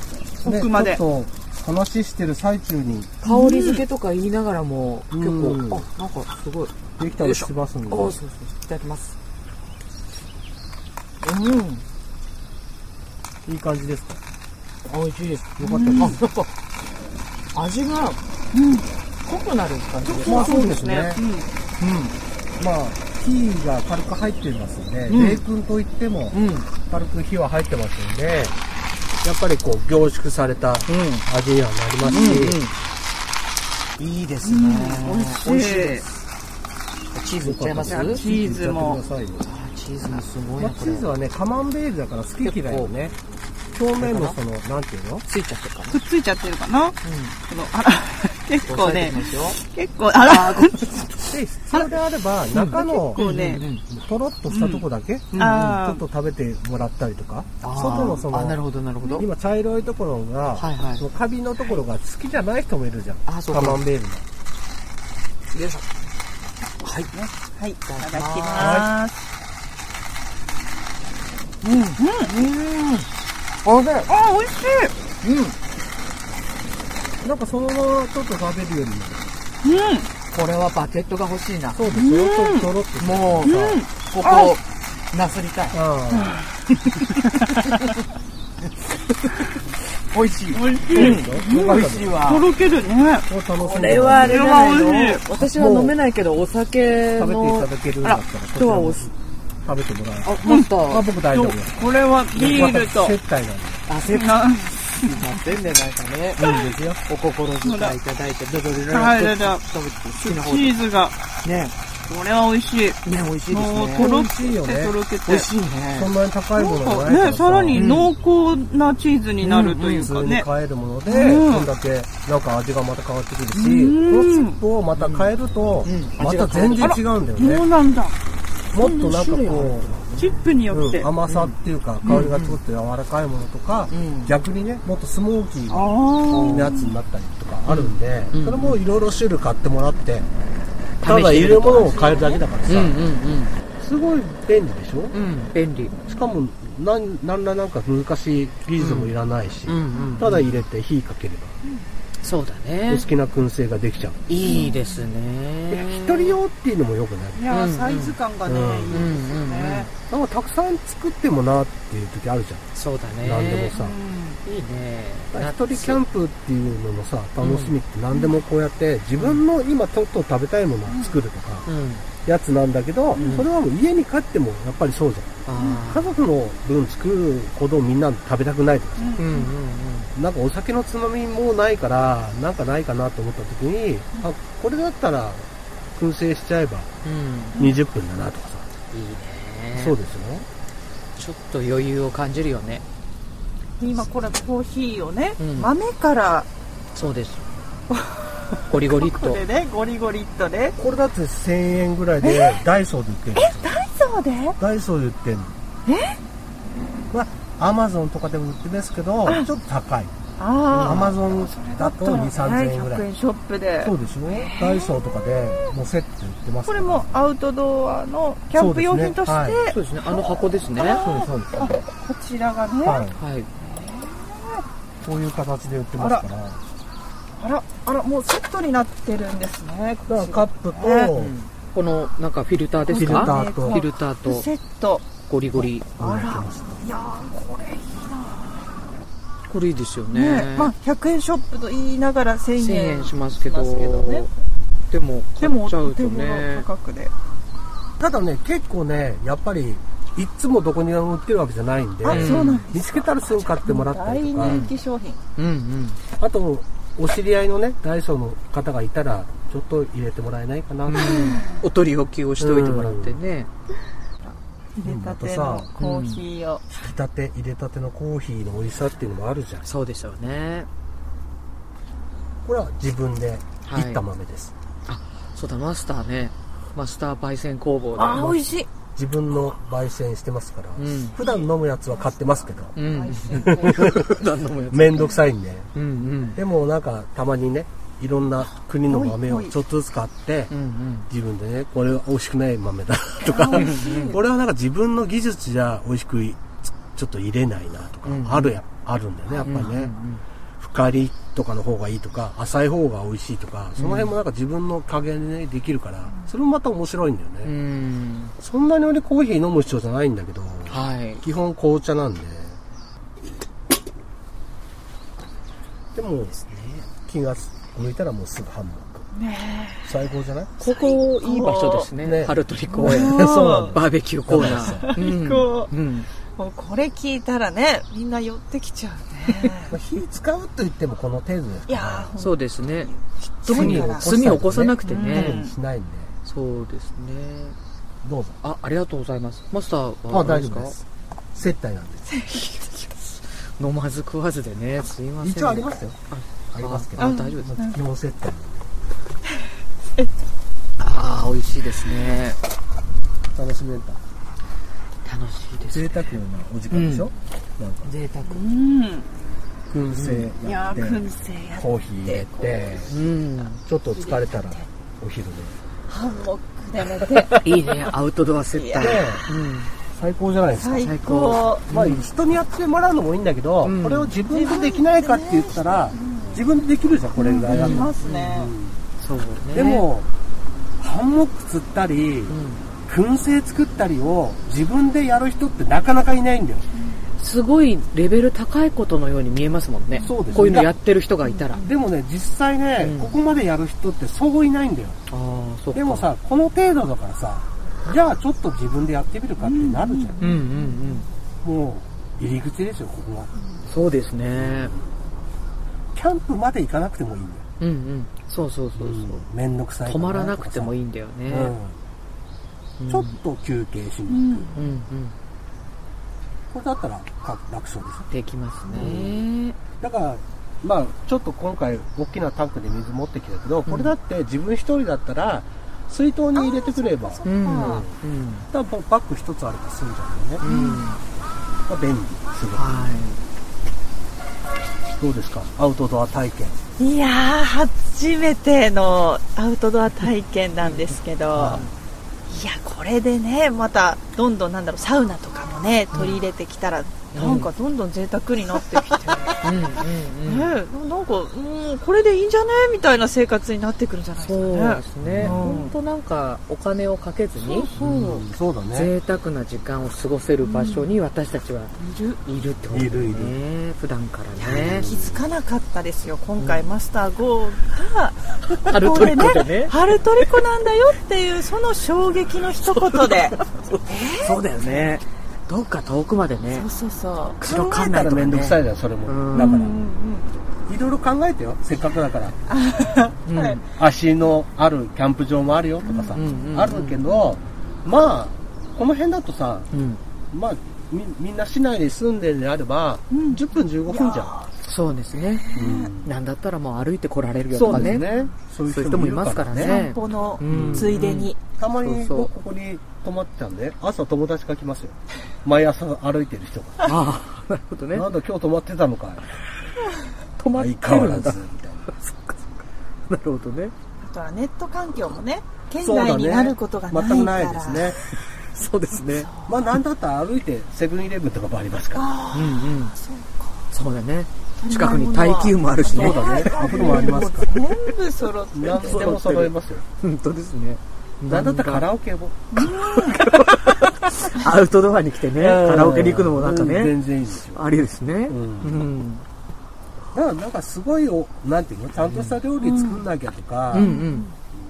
Speaker 3: 奥まで
Speaker 1: ちょっと話してる最中に
Speaker 2: あ香り付けとか言いながらも、
Speaker 1: うん
Speaker 2: 結構、
Speaker 1: うん
Speaker 2: あ、なんかすごい。あ、
Speaker 1: できたりしますんで。
Speaker 2: そうそう。いただきます。うん。
Speaker 1: いい感じですか
Speaker 2: 美味しいです。よかった。あ、なんか、味が、濃くなる感じです
Speaker 1: ま
Speaker 2: か
Speaker 1: あそうですね。うん。まあ、火が軽く入っていますんで、
Speaker 2: うん
Speaker 1: 冷燻といっても
Speaker 2: うん。うん。
Speaker 1: 軽く火は入ってますんで、やっぱりこう凝縮された味にはなりますし、
Speaker 2: いいですね。
Speaker 3: 美味しい
Speaker 2: です。チーズいっちゃいます
Speaker 1: よかったです
Speaker 3: チーズも
Speaker 1: チーズいっちゃってくださいよ
Speaker 2: あチーズもすごい
Speaker 1: まあ
Speaker 2: な、こ
Speaker 1: チ
Speaker 2: れ
Speaker 1: ー。ズはね、カマンベールだから好き嫌いのね、表面のその、なんていうの
Speaker 2: ついちゃってるかな。
Speaker 3: くっついちゃってるかな、このあら 結構
Speaker 2: 押さえてき
Speaker 3: ね
Speaker 2: ますよ。
Speaker 3: 結構あら
Speaker 1: で、必要であれば、中の、
Speaker 3: 結構ね
Speaker 2: うんうん
Speaker 1: とろっとしたとこだけ、ちょ
Speaker 3: あ
Speaker 1: っと食べてもらったりとか、
Speaker 2: あー
Speaker 1: 外のそ
Speaker 2: あ、なる
Speaker 1: の、
Speaker 2: ほど、なるほど。
Speaker 1: 今茶色いところが、
Speaker 2: はいはい
Speaker 1: そのカビのところが好きじゃない人もいるじゃん。
Speaker 2: あそう
Speaker 1: カ
Speaker 2: か
Speaker 1: マンベールの。
Speaker 2: よいしょ。はい。
Speaker 3: ーはいいただき
Speaker 2: いただき
Speaker 3: ます
Speaker 2: あれ
Speaker 3: あ美味し
Speaker 1: なんかそのままちょっと食べるよりも、
Speaker 3: いうん
Speaker 2: これはバケットが欲しいな。
Speaker 1: そうですよ、ちょっととろっとした。
Speaker 2: もうさ、ここ、なすりたい。
Speaker 1: あ
Speaker 2: 美味しい。
Speaker 3: 美味し
Speaker 1: あ、
Speaker 3: い、
Speaker 1: よかった
Speaker 2: 美
Speaker 1: で
Speaker 2: 味
Speaker 1: す
Speaker 2: しい
Speaker 1: こ
Speaker 3: と
Speaker 2: わ。
Speaker 3: ろけるね
Speaker 1: れ楽しみだ
Speaker 2: これはあれじゃない
Speaker 3: これは美
Speaker 2: の
Speaker 3: 味
Speaker 2: 私は飲めないけど、お酒
Speaker 1: 食べてい
Speaker 2: の
Speaker 1: ただ、けるん
Speaker 2: あ
Speaker 1: だ
Speaker 2: ら
Speaker 1: ったら、、
Speaker 2: 今日はお酢、
Speaker 1: 食べてもらえ
Speaker 2: あ、マスタ
Speaker 1: あ、
Speaker 2: ー、
Speaker 1: 僕大丈夫です。
Speaker 3: これはビールと
Speaker 1: 接待なんで。
Speaker 2: あ、せっか
Speaker 3: な
Speaker 2: くになってんね、なんかね。
Speaker 1: いいですよ。
Speaker 2: お心遣いいただいて、どどどどど
Speaker 3: はいどうぞ
Speaker 2: 食べて、好
Speaker 3: チ
Speaker 2: きな方で。
Speaker 3: ーズが
Speaker 2: ね、
Speaker 3: これは美味しい
Speaker 2: ね、美味しいで
Speaker 3: もう
Speaker 2: す
Speaker 3: と
Speaker 2: ね。
Speaker 3: ろ
Speaker 1: 美味しいよ
Speaker 3: け
Speaker 1: ね
Speaker 3: てとろけて
Speaker 2: 美味しい
Speaker 1: そ
Speaker 2: ね。
Speaker 1: んなに高いものじゃないか
Speaker 3: なんからねさらに
Speaker 1: うん
Speaker 3: 濃厚なチーズになるという
Speaker 1: 普
Speaker 3: か
Speaker 1: 通に
Speaker 3: ね、
Speaker 1: 買えるもので、
Speaker 3: うん
Speaker 1: こんだけなんか味がまた変わってくるし、
Speaker 3: うん
Speaker 1: このチップをまた変えると、
Speaker 2: うんうん
Speaker 1: また全然違うんだよね
Speaker 3: そう。なんだ
Speaker 1: もっとなんかこ
Speaker 3: チップ
Speaker 1: う、
Speaker 3: によって、
Speaker 1: うん
Speaker 3: あ
Speaker 1: 甘さっていうか、香りがちょっと柔らかいものとか、
Speaker 2: うん
Speaker 1: 逆にね、もっとスモーキー
Speaker 3: あ
Speaker 1: な
Speaker 3: ー
Speaker 1: やつになったりとかあるんで、
Speaker 2: うん
Speaker 1: それもいろいろ種類買ってもらって、
Speaker 2: 試
Speaker 1: ただ
Speaker 2: してみ
Speaker 1: 入れ
Speaker 2: ると
Speaker 1: るものを変えるだけだからさ、
Speaker 2: うん
Speaker 1: すごい便利でしょ、
Speaker 2: うん。うん、便利。
Speaker 1: しかもなん何らなんか難しい技術もいらないし、
Speaker 2: ん
Speaker 1: ただ入れて火かければ
Speaker 2: そうだ
Speaker 1: お
Speaker 2: ね
Speaker 1: 好。きな燻製ができちゃう
Speaker 2: いいです
Speaker 1: いや
Speaker 2: ね。
Speaker 1: 一人用っていうのもよくない
Speaker 3: いや
Speaker 2: うんう
Speaker 3: ー
Speaker 2: ん
Speaker 3: サイズ感がね、
Speaker 1: うん
Speaker 3: いいですよね、
Speaker 1: なんかたくさん作ってもなっていう時あるじゃ
Speaker 2: そうだね。
Speaker 1: ん、何でもさ、
Speaker 2: いいね。
Speaker 1: 一人キャ
Speaker 2: ン
Speaker 1: ンプっていうののさ楽しみって何でもこうやって自分の今ちょっと食べたいものを作るとか、
Speaker 2: うん。
Speaker 1: やつなんだけど、
Speaker 2: ん
Speaker 1: それはもう家に帰ってもやっぱりそうじゃん
Speaker 2: あ
Speaker 1: 家族の分作るほどみんな食べたくないとかさ
Speaker 2: あ。うんうんうん。
Speaker 1: なんかお酒のつまみもないからなんかないかなと思った時に、あこれだったら燻製しちゃえば
Speaker 2: うん。
Speaker 1: 20分だなとかさ
Speaker 2: いいね。ね
Speaker 1: そうですね
Speaker 2: ちょっと余裕を感じるよね
Speaker 3: 今これコーヒーをね、
Speaker 2: うん
Speaker 3: 豆から
Speaker 2: そうですゴリゴ リっ
Speaker 3: ことれねゴリゴリっとね
Speaker 1: これだって1000円ぐらいでダイソーで売ってるんですよ
Speaker 3: そうで
Speaker 1: ダイソーで売ってるのえまあアマゾンとかでも売ってですけどちょっと高いア
Speaker 3: あ
Speaker 1: マゾンだと2 3 0 0 0円ぐら
Speaker 3: 100
Speaker 1: い
Speaker 3: 円ショップで
Speaker 1: そうですねダイソーとかでもうセットで売ってます
Speaker 3: これもアウトドアのキャンプ用品として、
Speaker 1: そうですね
Speaker 2: そうですね
Speaker 1: は
Speaker 2: あの箱ですね
Speaker 3: あ
Speaker 1: そうですそうです
Speaker 3: こちらがね、
Speaker 1: はい
Speaker 2: はい
Speaker 1: こういう形で売ってますから
Speaker 3: あらあらもうセットになってるんですね
Speaker 1: だからカップと、
Speaker 3: ね
Speaker 2: うんこのなんかフィルターです
Speaker 1: フィルタ
Speaker 2: か
Speaker 1: ーと
Speaker 2: フィルターと
Speaker 3: セット
Speaker 2: ゴリゴリ
Speaker 3: あらいやーこれ
Speaker 2: これいいですよね
Speaker 3: ねまあ、100円ショップと言いながら1000
Speaker 2: 1000
Speaker 3: 円
Speaker 2: 円しますけど
Speaker 3: しますけどね
Speaker 2: でも
Speaker 3: で
Speaker 2: 買
Speaker 3: も
Speaker 2: っちゃ
Speaker 3: お
Speaker 2: うと
Speaker 3: 手頃
Speaker 2: ね
Speaker 3: 価格で、
Speaker 1: ただね結構ねやっぱりいっつもどこにでも売ってるわけじゃないんで
Speaker 3: あそうなん
Speaker 1: 見つけたらすぐ買ってもらった
Speaker 3: 大
Speaker 1: りとか
Speaker 3: 人気商品、
Speaker 2: うんうん
Speaker 1: あとお知り合いのねダイソーの方がいたらちょっと入れてもらえないかなって
Speaker 2: お取り置きをしておいてもらってね、
Speaker 3: 入れたてのコーヒーを、
Speaker 1: 引きたて入れたてのコーヒーの美味しさっていうのもあるじゃん
Speaker 2: そうですよね
Speaker 1: これは自分で
Speaker 2: はい
Speaker 1: いった豆です、
Speaker 2: そうだマスターねマスター焙煎工房で
Speaker 3: あー美味しい
Speaker 1: 自分の焙煎してますから、
Speaker 2: うん
Speaker 1: 普段飲むやつは買ってますけど
Speaker 2: うん 何度もやつ
Speaker 1: めんどくさいんで
Speaker 2: うんうん
Speaker 1: でもなんかたまにねいろんな国の豆
Speaker 3: お
Speaker 1: を
Speaker 3: いおい
Speaker 1: ちょっとずつ買って
Speaker 2: うんうん
Speaker 1: 自分でねこれは美味しくない豆だとかこれはなんか自分の技術じゃ美味しくいちちょっと入れないなとか、
Speaker 2: うん
Speaker 1: あるやあるんだよねやっぱりね、深入りとかの方がいいとか浅い方が美味しいとかその辺もなんか自分の加減で、ね、できるからそれもまた面白いんだよね、
Speaker 2: うんうん
Speaker 1: そんなに俺コーヒー飲む必要じゃないんだけど、
Speaker 2: はい
Speaker 1: 基本紅茶なんででも気が向いたらもうすぐハンモック、最高じゃない
Speaker 2: ここいい場所ですね
Speaker 1: ね
Speaker 2: 春鳥公園
Speaker 1: そうなんだ
Speaker 2: バーベキューコーナー最
Speaker 3: 高
Speaker 2: うん
Speaker 3: もうこれ聞いたらねみんな寄ってきちゃうね
Speaker 1: まあ火使うと言ってもこの程度です
Speaker 3: い
Speaker 1: か
Speaker 3: や
Speaker 1: ら
Speaker 3: ー
Speaker 2: そうですね
Speaker 3: どう
Speaker 2: 特
Speaker 3: に
Speaker 2: に
Speaker 3: かな
Speaker 2: 炭を起こさなくてね、
Speaker 1: 特にしないんで
Speaker 2: そうですね
Speaker 1: どうぞ
Speaker 2: あありがとうございますマスターは
Speaker 1: あ
Speaker 2: どう
Speaker 1: 大丈夫です接待なんです
Speaker 2: 飲まず食わずでねすいません
Speaker 1: 一応ありますよありますけど
Speaker 2: ああ大丈夫です
Speaker 1: 基本接待なんで
Speaker 2: ああ美味しいですね
Speaker 1: 楽しめた
Speaker 2: 楽しいです
Speaker 1: 贅沢なお時間でしょ、なんか
Speaker 2: 贅沢
Speaker 3: うん
Speaker 1: 燻製
Speaker 3: い
Speaker 1: や
Speaker 3: や
Speaker 1: って、
Speaker 3: ー燻製や
Speaker 1: コーヒー入れて
Speaker 2: うん
Speaker 1: ちょっと疲れたらお昼で
Speaker 3: ハンモックで寝て
Speaker 2: いいねアウトドア接待
Speaker 1: ね
Speaker 2: うん
Speaker 1: 最高じゃないですか
Speaker 3: 最
Speaker 2: 最
Speaker 3: 高
Speaker 2: 高
Speaker 1: まあ、人にやってもらうのもいいんだけど、
Speaker 2: うん
Speaker 1: これを自分でできないかって言ったら、自分でできるじゃんこれぐらいだ
Speaker 3: あ
Speaker 1: と
Speaker 3: りますね、
Speaker 2: そうね
Speaker 1: でもハンモック釣ったり、
Speaker 2: うん
Speaker 1: 燻製作ったりを自分でやる人ってなかなかいないんだよ
Speaker 2: すごいレベル高いことのように見えますもんね
Speaker 1: そうですね
Speaker 2: こういうのやってる人がいたらあ
Speaker 1: でもね実際ね、
Speaker 2: うん
Speaker 1: ここまでやる人ってそういないんだよ
Speaker 2: あそうか
Speaker 1: でもさこの程度だからさじゃあちょっと自分でやってみるかってなるじゃん、
Speaker 2: うんうんうん
Speaker 1: もう入り口ですよここが
Speaker 2: そうですね
Speaker 1: キャンプまで行かなくてもいいんだよ
Speaker 2: うんうんそうそうそうそう
Speaker 1: めんどくさい
Speaker 2: 止まらなくてもい
Speaker 1: い、
Speaker 2: いんだよね
Speaker 1: うん
Speaker 2: うん
Speaker 1: ちょっと休憩しに、
Speaker 3: うん
Speaker 2: うんうん
Speaker 1: これだったらか楽勝です
Speaker 2: できますね
Speaker 1: だからまあちょっと今回大きなタンクで水持ってきたけどこれだって自分一人だったら水筒に入れてくればだか
Speaker 2: うん
Speaker 3: あ
Speaker 2: うん
Speaker 1: らババッグ一つあれば済んじゃうよね、
Speaker 2: うん
Speaker 1: まあ、便利すご
Speaker 2: はい
Speaker 1: どうですかアウトドア体験
Speaker 3: いやー初めてのアウトドア体験なんですけど、
Speaker 1: はい
Speaker 3: やこれでねまたどんどんなんだろうサウナとかもね取り入れてきたら、なんかどんどん贅沢になってきて、
Speaker 2: うんうん
Speaker 3: ね
Speaker 2: うん
Speaker 3: なんかうんこれでいいんじゃねみたいな生活になってくるんじゃないです
Speaker 2: そう
Speaker 3: か
Speaker 2: で
Speaker 3: ね
Speaker 2: すね本当なんかお金をかけずに
Speaker 3: そう
Speaker 1: うんそうだね
Speaker 2: 贅沢な時間を過ごせる場所に私たちはいるいるってことだよ
Speaker 1: いる
Speaker 2: ね普段からね
Speaker 3: 気づかなかったですよ今回、マスター GO が
Speaker 2: あるとこでね
Speaker 3: ハルトリコなんだよっていうその衝撃の一言で
Speaker 2: そうだよねどっか遠くまでね
Speaker 3: そうそうそう
Speaker 2: 口の
Speaker 1: 考え
Speaker 2: 管内
Speaker 1: たら
Speaker 2: とか
Speaker 1: めんどくさ
Speaker 2: ね
Speaker 1: いじゃんそれも、
Speaker 2: うん
Speaker 1: だか
Speaker 3: うん
Speaker 1: ら
Speaker 3: うん
Speaker 1: いろいろ考えてよせっかくだから
Speaker 2: うん
Speaker 3: はい
Speaker 1: 足のあるキャンプ場もあるよとかさ、
Speaker 2: うんうんうん
Speaker 1: あるけどまあこの辺だとさ、
Speaker 2: うん。
Speaker 1: まあ、みみんな市内に住んでるんであれば、10分15分じゃ
Speaker 2: そうですね。
Speaker 1: ん。
Speaker 2: なんだったらもう歩いて来られる
Speaker 1: うん
Speaker 2: よ
Speaker 1: そ
Speaker 2: と
Speaker 1: う
Speaker 2: か
Speaker 1: です
Speaker 2: ね。
Speaker 1: ね。そういう
Speaker 2: そういう
Speaker 1: 人
Speaker 2: 人も
Speaker 1: もい
Speaker 2: い
Speaker 1: ま
Speaker 2: ますす
Speaker 1: か
Speaker 2: からら
Speaker 1: ね。
Speaker 2: ね。
Speaker 5: 散歩の
Speaker 2: うん
Speaker 5: ついでに、
Speaker 1: たまに
Speaker 2: そうそう
Speaker 1: 僕ここに泊まってたんで、朝友達が来ますよ。毎朝歩いてる人が。
Speaker 2: ああ、なるほどね。
Speaker 1: なんだ今日泊まってたのかい。
Speaker 2: 止まって
Speaker 1: 相変わ
Speaker 2: る
Speaker 1: ら
Speaker 2: んだ。
Speaker 1: ず、みたいな。
Speaker 2: なるほどね。
Speaker 5: あとはネット環境もね、県
Speaker 1: そうだ
Speaker 5: 外
Speaker 1: ね
Speaker 5: になることがないから。
Speaker 1: 全くないですね。
Speaker 2: そうですね。
Speaker 1: まあなんだったら歩いてセブンイレブンとかもありますか
Speaker 2: う
Speaker 1: ら。
Speaker 2: んうん。そうだね。近くに耐久もあるしね。
Speaker 1: そうだね。アフロもありますから。
Speaker 5: 全部揃って。
Speaker 1: 何でも揃えますよ。
Speaker 2: 本当ですね。
Speaker 1: なんだったらカラオケも。
Speaker 2: アウトドアに来てね、カラオケに行くのもなんか
Speaker 1: う
Speaker 2: ね、
Speaker 1: 全然いいですよ。
Speaker 2: ありですね。うんん。
Speaker 1: だからなんかすごいお、なんていうのちゃんとした料理作んなきゃとか、
Speaker 2: うん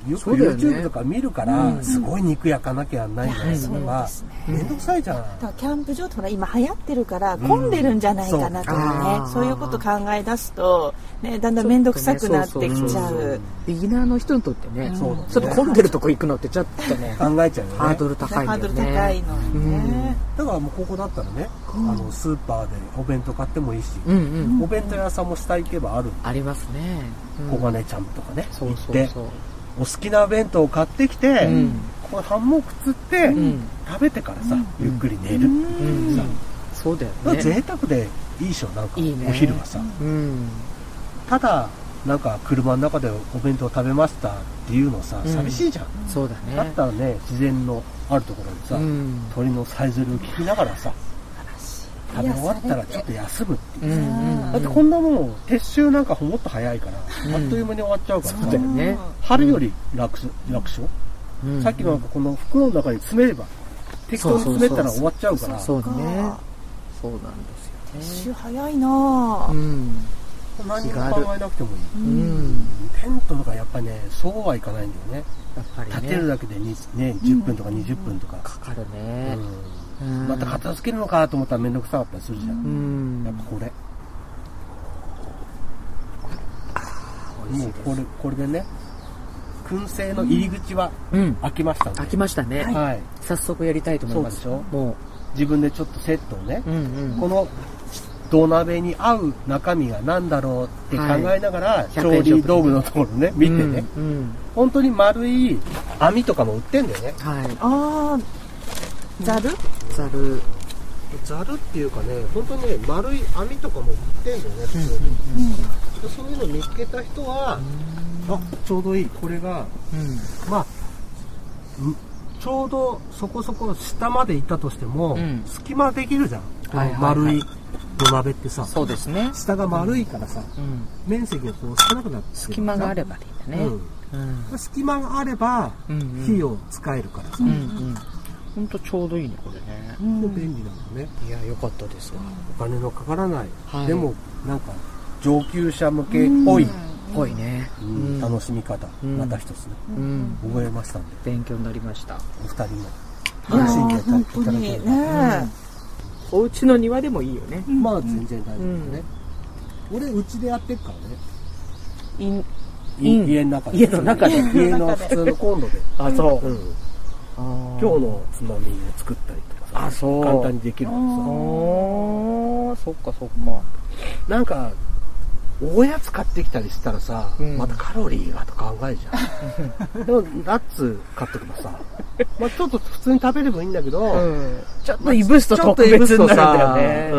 Speaker 2: うん。
Speaker 1: よく
Speaker 2: そうだよね
Speaker 1: YouTube とか見るから、すごい肉焼かなきゃなんないんだよとか、めんどくさいじゃん。
Speaker 5: だからキャンプ場ってほら今流行ってるから混んでるんじゃないかなとかね、
Speaker 2: うんそう
Speaker 5: そういうこと考え出すと、ね、だんだん面倒くさくなってきちゃ
Speaker 2: そうそうそう
Speaker 5: う。
Speaker 2: ビギナーの人にとってね、
Speaker 1: そうです
Speaker 2: ちょ
Speaker 1: ね
Speaker 2: っと混んでるとこ行くのってちょっとね、
Speaker 1: 考えちゃうよね。
Speaker 2: ハードル
Speaker 5: ハ
Speaker 2: 高いんだ
Speaker 5: ー
Speaker 2: よ
Speaker 5: ドル
Speaker 2: ね。
Speaker 5: 高いのにね。
Speaker 1: だからもうここだったらね、あのスーパーでお弁当買ってもいいし、
Speaker 2: うんうん。
Speaker 1: お弁当屋さんも下行けばある、
Speaker 2: ありますね。うん
Speaker 1: 小金ちゃんとかね、
Speaker 2: そうそ
Speaker 1: 行
Speaker 2: う
Speaker 1: って
Speaker 2: そう。
Speaker 1: お好きな弁当を買ってきて、
Speaker 2: うん
Speaker 1: ここでハンモック釣って、
Speaker 2: うん。
Speaker 1: 食べてからさ、ゆっくり寝
Speaker 2: う
Speaker 1: る、
Speaker 2: ん。そうだ
Speaker 1: ま
Speaker 2: よね。
Speaker 1: あ贅沢でいいでしょなんか
Speaker 2: いいね
Speaker 1: お昼はさ
Speaker 2: うん。
Speaker 1: ただなんか車の中でお弁当食べましたっていうのさ、
Speaker 2: うん
Speaker 1: 寂しいじゃん、
Speaker 2: そうだ
Speaker 1: だっ
Speaker 2: ね。
Speaker 1: たらね自然のあるところにさ、
Speaker 2: うん。
Speaker 1: 鳥のさえずりを聞きながらさ食べ終わったらちょっと休むっていう
Speaker 2: うんうん。
Speaker 1: だってこんなもん撤収なんかもっと早いから、
Speaker 2: ん
Speaker 1: あっという間に終わっちゃうから
Speaker 2: そうだ
Speaker 1: さ
Speaker 2: よね。
Speaker 1: 春より楽し楽勝、さっきのなんかこの袋の中に詰めれば適当に詰めたら終わっちゃうから
Speaker 2: そうだね。そうなんですよ
Speaker 5: 週
Speaker 2: ね。
Speaker 5: 早いなぁ。
Speaker 2: うん。
Speaker 1: 何も考えなくてもいい
Speaker 2: うん。
Speaker 1: テントとかやっぱねそうはいかないんだよね
Speaker 2: やっぱりね。
Speaker 1: 立てるだけでに、ね、10分とか20分とか、
Speaker 2: かかる
Speaker 1: う
Speaker 2: ね。
Speaker 1: ん
Speaker 2: うん
Speaker 1: また片付けるのかと思ったら面倒くさかったりするじゃん、
Speaker 2: うん
Speaker 1: やっぱこれもうこれこれでね燻製の入り口は
Speaker 2: うん。
Speaker 1: 開きましたんで、
Speaker 2: 飽きましたね。
Speaker 1: はい、
Speaker 2: 早速やりたいと思います。
Speaker 1: そうでし
Speaker 2: も
Speaker 1: 自分でちょっとセットをね
Speaker 2: う。、うんう
Speaker 1: こ
Speaker 2: ん。
Speaker 1: の土鍋に合う中身が何だろうって考えながら、
Speaker 2: い
Speaker 1: 調理道具のところね見てね、
Speaker 2: うん。うん
Speaker 1: 本当に丸い網とかも売ってんだよね
Speaker 2: はい。
Speaker 5: ああ、ざる
Speaker 2: ざる。
Speaker 1: ざるっていうかね本当にね丸い網とかも売ってんだよね普通に、でそういうの見つけた人は、あちょうどいいこれが
Speaker 2: うん。
Speaker 1: まあんちょうどそこそこ下まで行ったとしても、
Speaker 2: うん
Speaker 1: 隙間できるじゃんこ
Speaker 2: は
Speaker 1: の
Speaker 2: いはいはい
Speaker 1: 丸い土鍋ってさ、
Speaker 2: そうですね。
Speaker 1: 下が丸いからさ、
Speaker 2: うん。
Speaker 1: 面積がこう少なくなってる
Speaker 2: 隙間があればいいんだね。うん。
Speaker 1: うん、隙間があれば
Speaker 2: うんうん
Speaker 1: 火を使えるからさ、
Speaker 2: うんうん。ほんとちょうどいいね、これね。
Speaker 1: 便利なんだね
Speaker 2: いや、よかったですわ。
Speaker 1: お金のかからない、
Speaker 2: はい
Speaker 1: でもなんか上級者向けっぽい、
Speaker 2: ぽいね。
Speaker 1: うん楽しみ方、
Speaker 2: うん
Speaker 1: また一つね
Speaker 2: うん。
Speaker 1: 覚えましたんで
Speaker 2: 勉強になりました。
Speaker 1: お二人も
Speaker 5: いや
Speaker 1: 楽しんでい
Speaker 5: ー
Speaker 1: ただ
Speaker 5: 本
Speaker 1: け
Speaker 5: 当
Speaker 1: たらと
Speaker 5: に
Speaker 1: 思い
Speaker 5: ね
Speaker 1: ます、
Speaker 2: お家の庭でもいいよね。
Speaker 1: まあ全然大丈夫ね、俺うちでやってっからね
Speaker 2: いん
Speaker 1: い
Speaker 2: うん
Speaker 1: 家の中で
Speaker 2: 家の中で
Speaker 1: 家の普通のコンロで、
Speaker 2: あ、そ
Speaker 1: うん、
Speaker 2: 今
Speaker 1: 今日のつまみを作ったりとか
Speaker 2: あ、
Speaker 1: さ
Speaker 2: そう。
Speaker 1: 簡単にできるから
Speaker 2: おー、そっかそっか。
Speaker 1: さなんかおやつ買ってきたりしたらさ、
Speaker 2: うん
Speaker 1: またカロリーがとか考えるじゃん でもナッツ買っとけばさ、まあ、ちょっと普通に食べればいいんだけど、
Speaker 2: ちょっといぶすと
Speaker 1: ちょっと
Speaker 2: 特
Speaker 1: いぶ
Speaker 2: 別
Speaker 1: す
Speaker 2: に
Speaker 1: と
Speaker 2: なるんだ
Speaker 1: さ、
Speaker 2: よね。
Speaker 1: う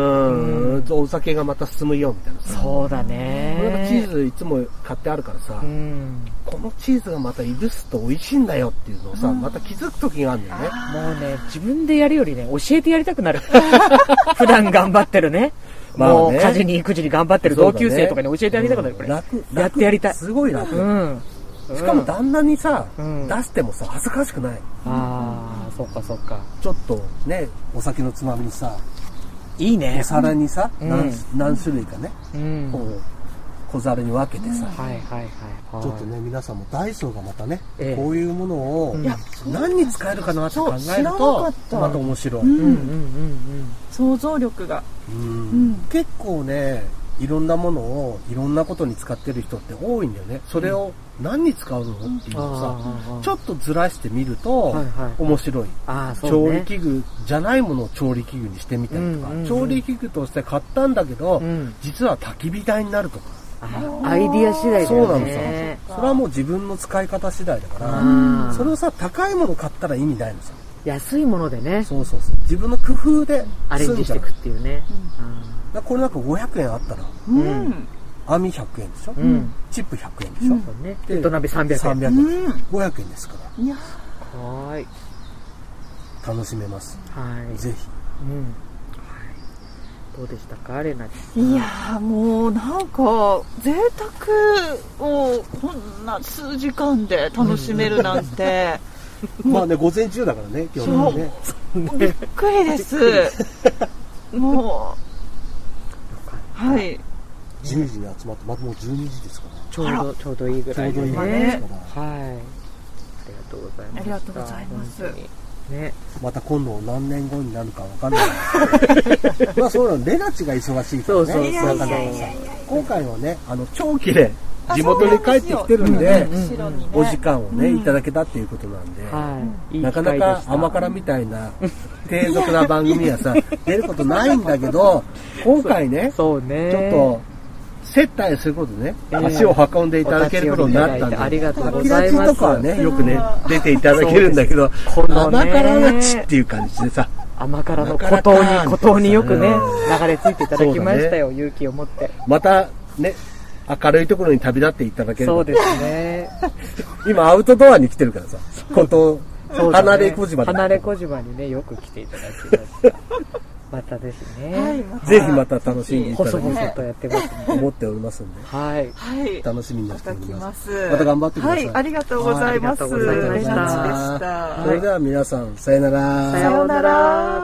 Speaker 1: ん、お酒がまた進むよみたいなさ。
Speaker 2: そうだ
Speaker 1: 俺なんかチ
Speaker 2: ね
Speaker 1: ー。ズいつも買ってあるからさ、
Speaker 2: うん。
Speaker 1: このチーズがまたいぶすと美味しいんだよっていうのをさ、また気づく時があるんだよね。
Speaker 2: もうね、自分でやるよりね、教えてやりたくなる。 普段頑張ってるね。
Speaker 1: まあね
Speaker 2: もう、家事に育児に頑張ってる
Speaker 1: そ
Speaker 2: 同
Speaker 1: うだ
Speaker 2: 級
Speaker 1: ね
Speaker 2: 生とかに教えてやりたくなる、これ。
Speaker 1: 楽、
Speaker 2: やってやりたい
Speaker 1: 楽すごい楽。
Speaker 2: うん。
Speaker 1: しかも旦那にさ、
Speaker 2: うん
Speaker 1: 出してもさ、恥ずかしくない。
Speaker 2: ああ、そっかそっか。
Speaker 1: ちょっとね、お酒のつまみにさ、
Speaker 2: いいね
Speaker 1: お。皿にさ、
Speaker 2: うん
Speaker 1: 何何種類かね、
Speaker 2: うん。
Speaker 1: こ
Speaker 2: は
Speaker 1: う、小皿に分けてさ、
Speaker 2: いはいはい。
Speaker 1: ちょっと。ね、皆さんもダイソーがまたね、
Speaker 2: ええ
Speaker 1: こういうものを
Speaker 2: ん
Speaker 1: 何に使えるかなって考
Speaker 5: そう
Speaker 1: え
Speaker 5: 知
Speaker 1: る
Speaker 5: らなか
Speaker 1: と
Speaker 5: っ、た
Speaker 1: また面白い。
Speaker 2: うんうんうん
Speaker 5: 想像力が。
Speaker 1: うん結構ね、いろんなものをいろんなことに使ってる人って多いんだよね。それを何に使うのっていうのさ、
Speaker 2: あ
Speaker 1: ちょっとずらしてみる
Speaker 2: は
Speaker 1: と
Speaker 2: いはい
Speaker 1: 面白い。
Speaker 2: あー、そう
Speaker 1: 調理
Speaker 2: ね。
Speaker 1: 器具じゃないものを調理器具にしてみたりとか、
Speaker 2: うんうんうん
Speaker 1: 調理器具として買ったんだけど、
Speaker 2: うん
Speaker 1: 実は焚き火台になるとか、
Speaker 2: あアイディア次第だよね。
Speaker 1: そうなのさ、それはもう自分の使い方次第だから、
Speaker 2: あー
Speaker 1: それをさ、高いもの買ったら意味ないのさ。
Speaker 2: 安いものでね、
Speaker 1: そうそうそう。自分の工夫で
Speaker 2: アレン
Speaker 1: 済ん
Speaker 2: ジし
Speaker 1: じゃ
Speaker 2: て
Speaker 1: う
Speaker 2: いくっていうね。
Speaker 1: だからこれなんか500円あったら、
Speaker 4: うん。
Speaker 1: 網100円でしょ、
Speaker 2: うん
Speaker 1: チップ100円でしょ、
Speaker 2: あーそうね。
Speaker 1: で
Speaker 2: 土鍋300円。
Speaker 1: 300円、
Speaker 4: うん。
Speaker 1: 500円ですから、
Speaker 2: はーい。
Speaker 1: 楽しめます。
Speaker 2: はい。
Speaker 1: ぜひ。
Speaker 2: うんはいどうでしたか、レナちゃん。
Speaker 5: いやーもうなんか贅沢をこんな数時間で
Speaker 3: 楽しめるなん て、
Speaker 1: まあね、午前中だからね、今日はね。
Speaker 5: びっくりです。もう、はい。
Speaker 1: 10時に集まって、またもう12時ですから。
Speaker 2: ちょうど、ちょうどいいぐ
Speaker 1: ち
Speaker 2: ら
Speaker 1: ょう
Speaker 2: い
Speaker 1: どいい
Speaker 2: ね。
Speaker 1: ぐら
Speaker 2: はいい。
Speaker 1: です
Speaker 2: あ
Speaker 1: から。
Speaker 2: りがとうございます。
Speaker 4: ありがとうございます
Speaker 2: 本当にね。
Speaker 1: また今度何年後になるかわかん ないですけどまあそうなのレナチが忙しいからね
Speaker 2: そうそうそう
Speaker 1: なかなかさ今回はねあの長期で地元に帰ってきてるんで
Speaker 4: 後ろにね。
Speaker 1: お時間をね、いただけたっていうことなんで、
Speaker 2: はい。いい
Speaker 1: なか
Speaker 2: 機
Speaker 1: な
Speaker 2: 会で
Speaker 1: か
Speaker 2: した
Speaker 1: 甘辛みたいな低俗な番組はさ出ることないんだけど今回ねちょ
Speaker 2: そうね。
Speaker 1: っと接待することでね、
Speaker 2: えー
Speaker 1: 足を運んでいただけることになったんで、
Speaker 2: お立ち寄りいただいてありがとうご
Speaker 1: キラ
Speaker 2: ざい
Speaker 1: チ
Speaker 2: ます
Speaker 1: ンとかはね、よくね、出ていただけるんだけど、
Speaker 2: そうですこのね
Speaker 1: 甘辛なちっていう感じでさ、
Speaker 2: 甘辛の孤島
Speaker 1: なかなか
Speaker 2: に、孤島によくね
Speaker 1: う、
Speaker 2: 流れ着いていただきましたよ、勇気を持って。
Speaker 1: またね、明るいところに旅立っていただけれ
Speaker 2: そう
Speaker 1: ば、
Speaker 2: ですね。
Speaker 1: 今アウトドアに来てるからさ、こと、
Speaker 2: そうだね
Speaker 1: 離れ小島だ
Speaker 2: 離れ小島にね、よく来ていただきました。 またですね。
Speaker 1: ぜひまた楽しんでいただ
Speaker 2: 細
Speaker 1: けれ
Speaker 2: 々とやってますね。
Speaker 1: ばと思っておりますんで、
Speaker 2: はい。
Speaker 4: はい。い
Speaker 1: 楽しみになって
Speaker 4: た
Speaker 1: お
Speaker 4: だき
Speaker 1: り
Speaker 4: ま
Speaker 1: ますす。。また頑張ってください。
Speaker 4: はい、ありがとうございます。
Speaker 2: はいありがとうございまし
Speaker 4: レ
Speaker 2: た
Speaker 4: ナチでした。
Speaker 1: それでは皆さん、さよなら。
Speaker 2: さようなら。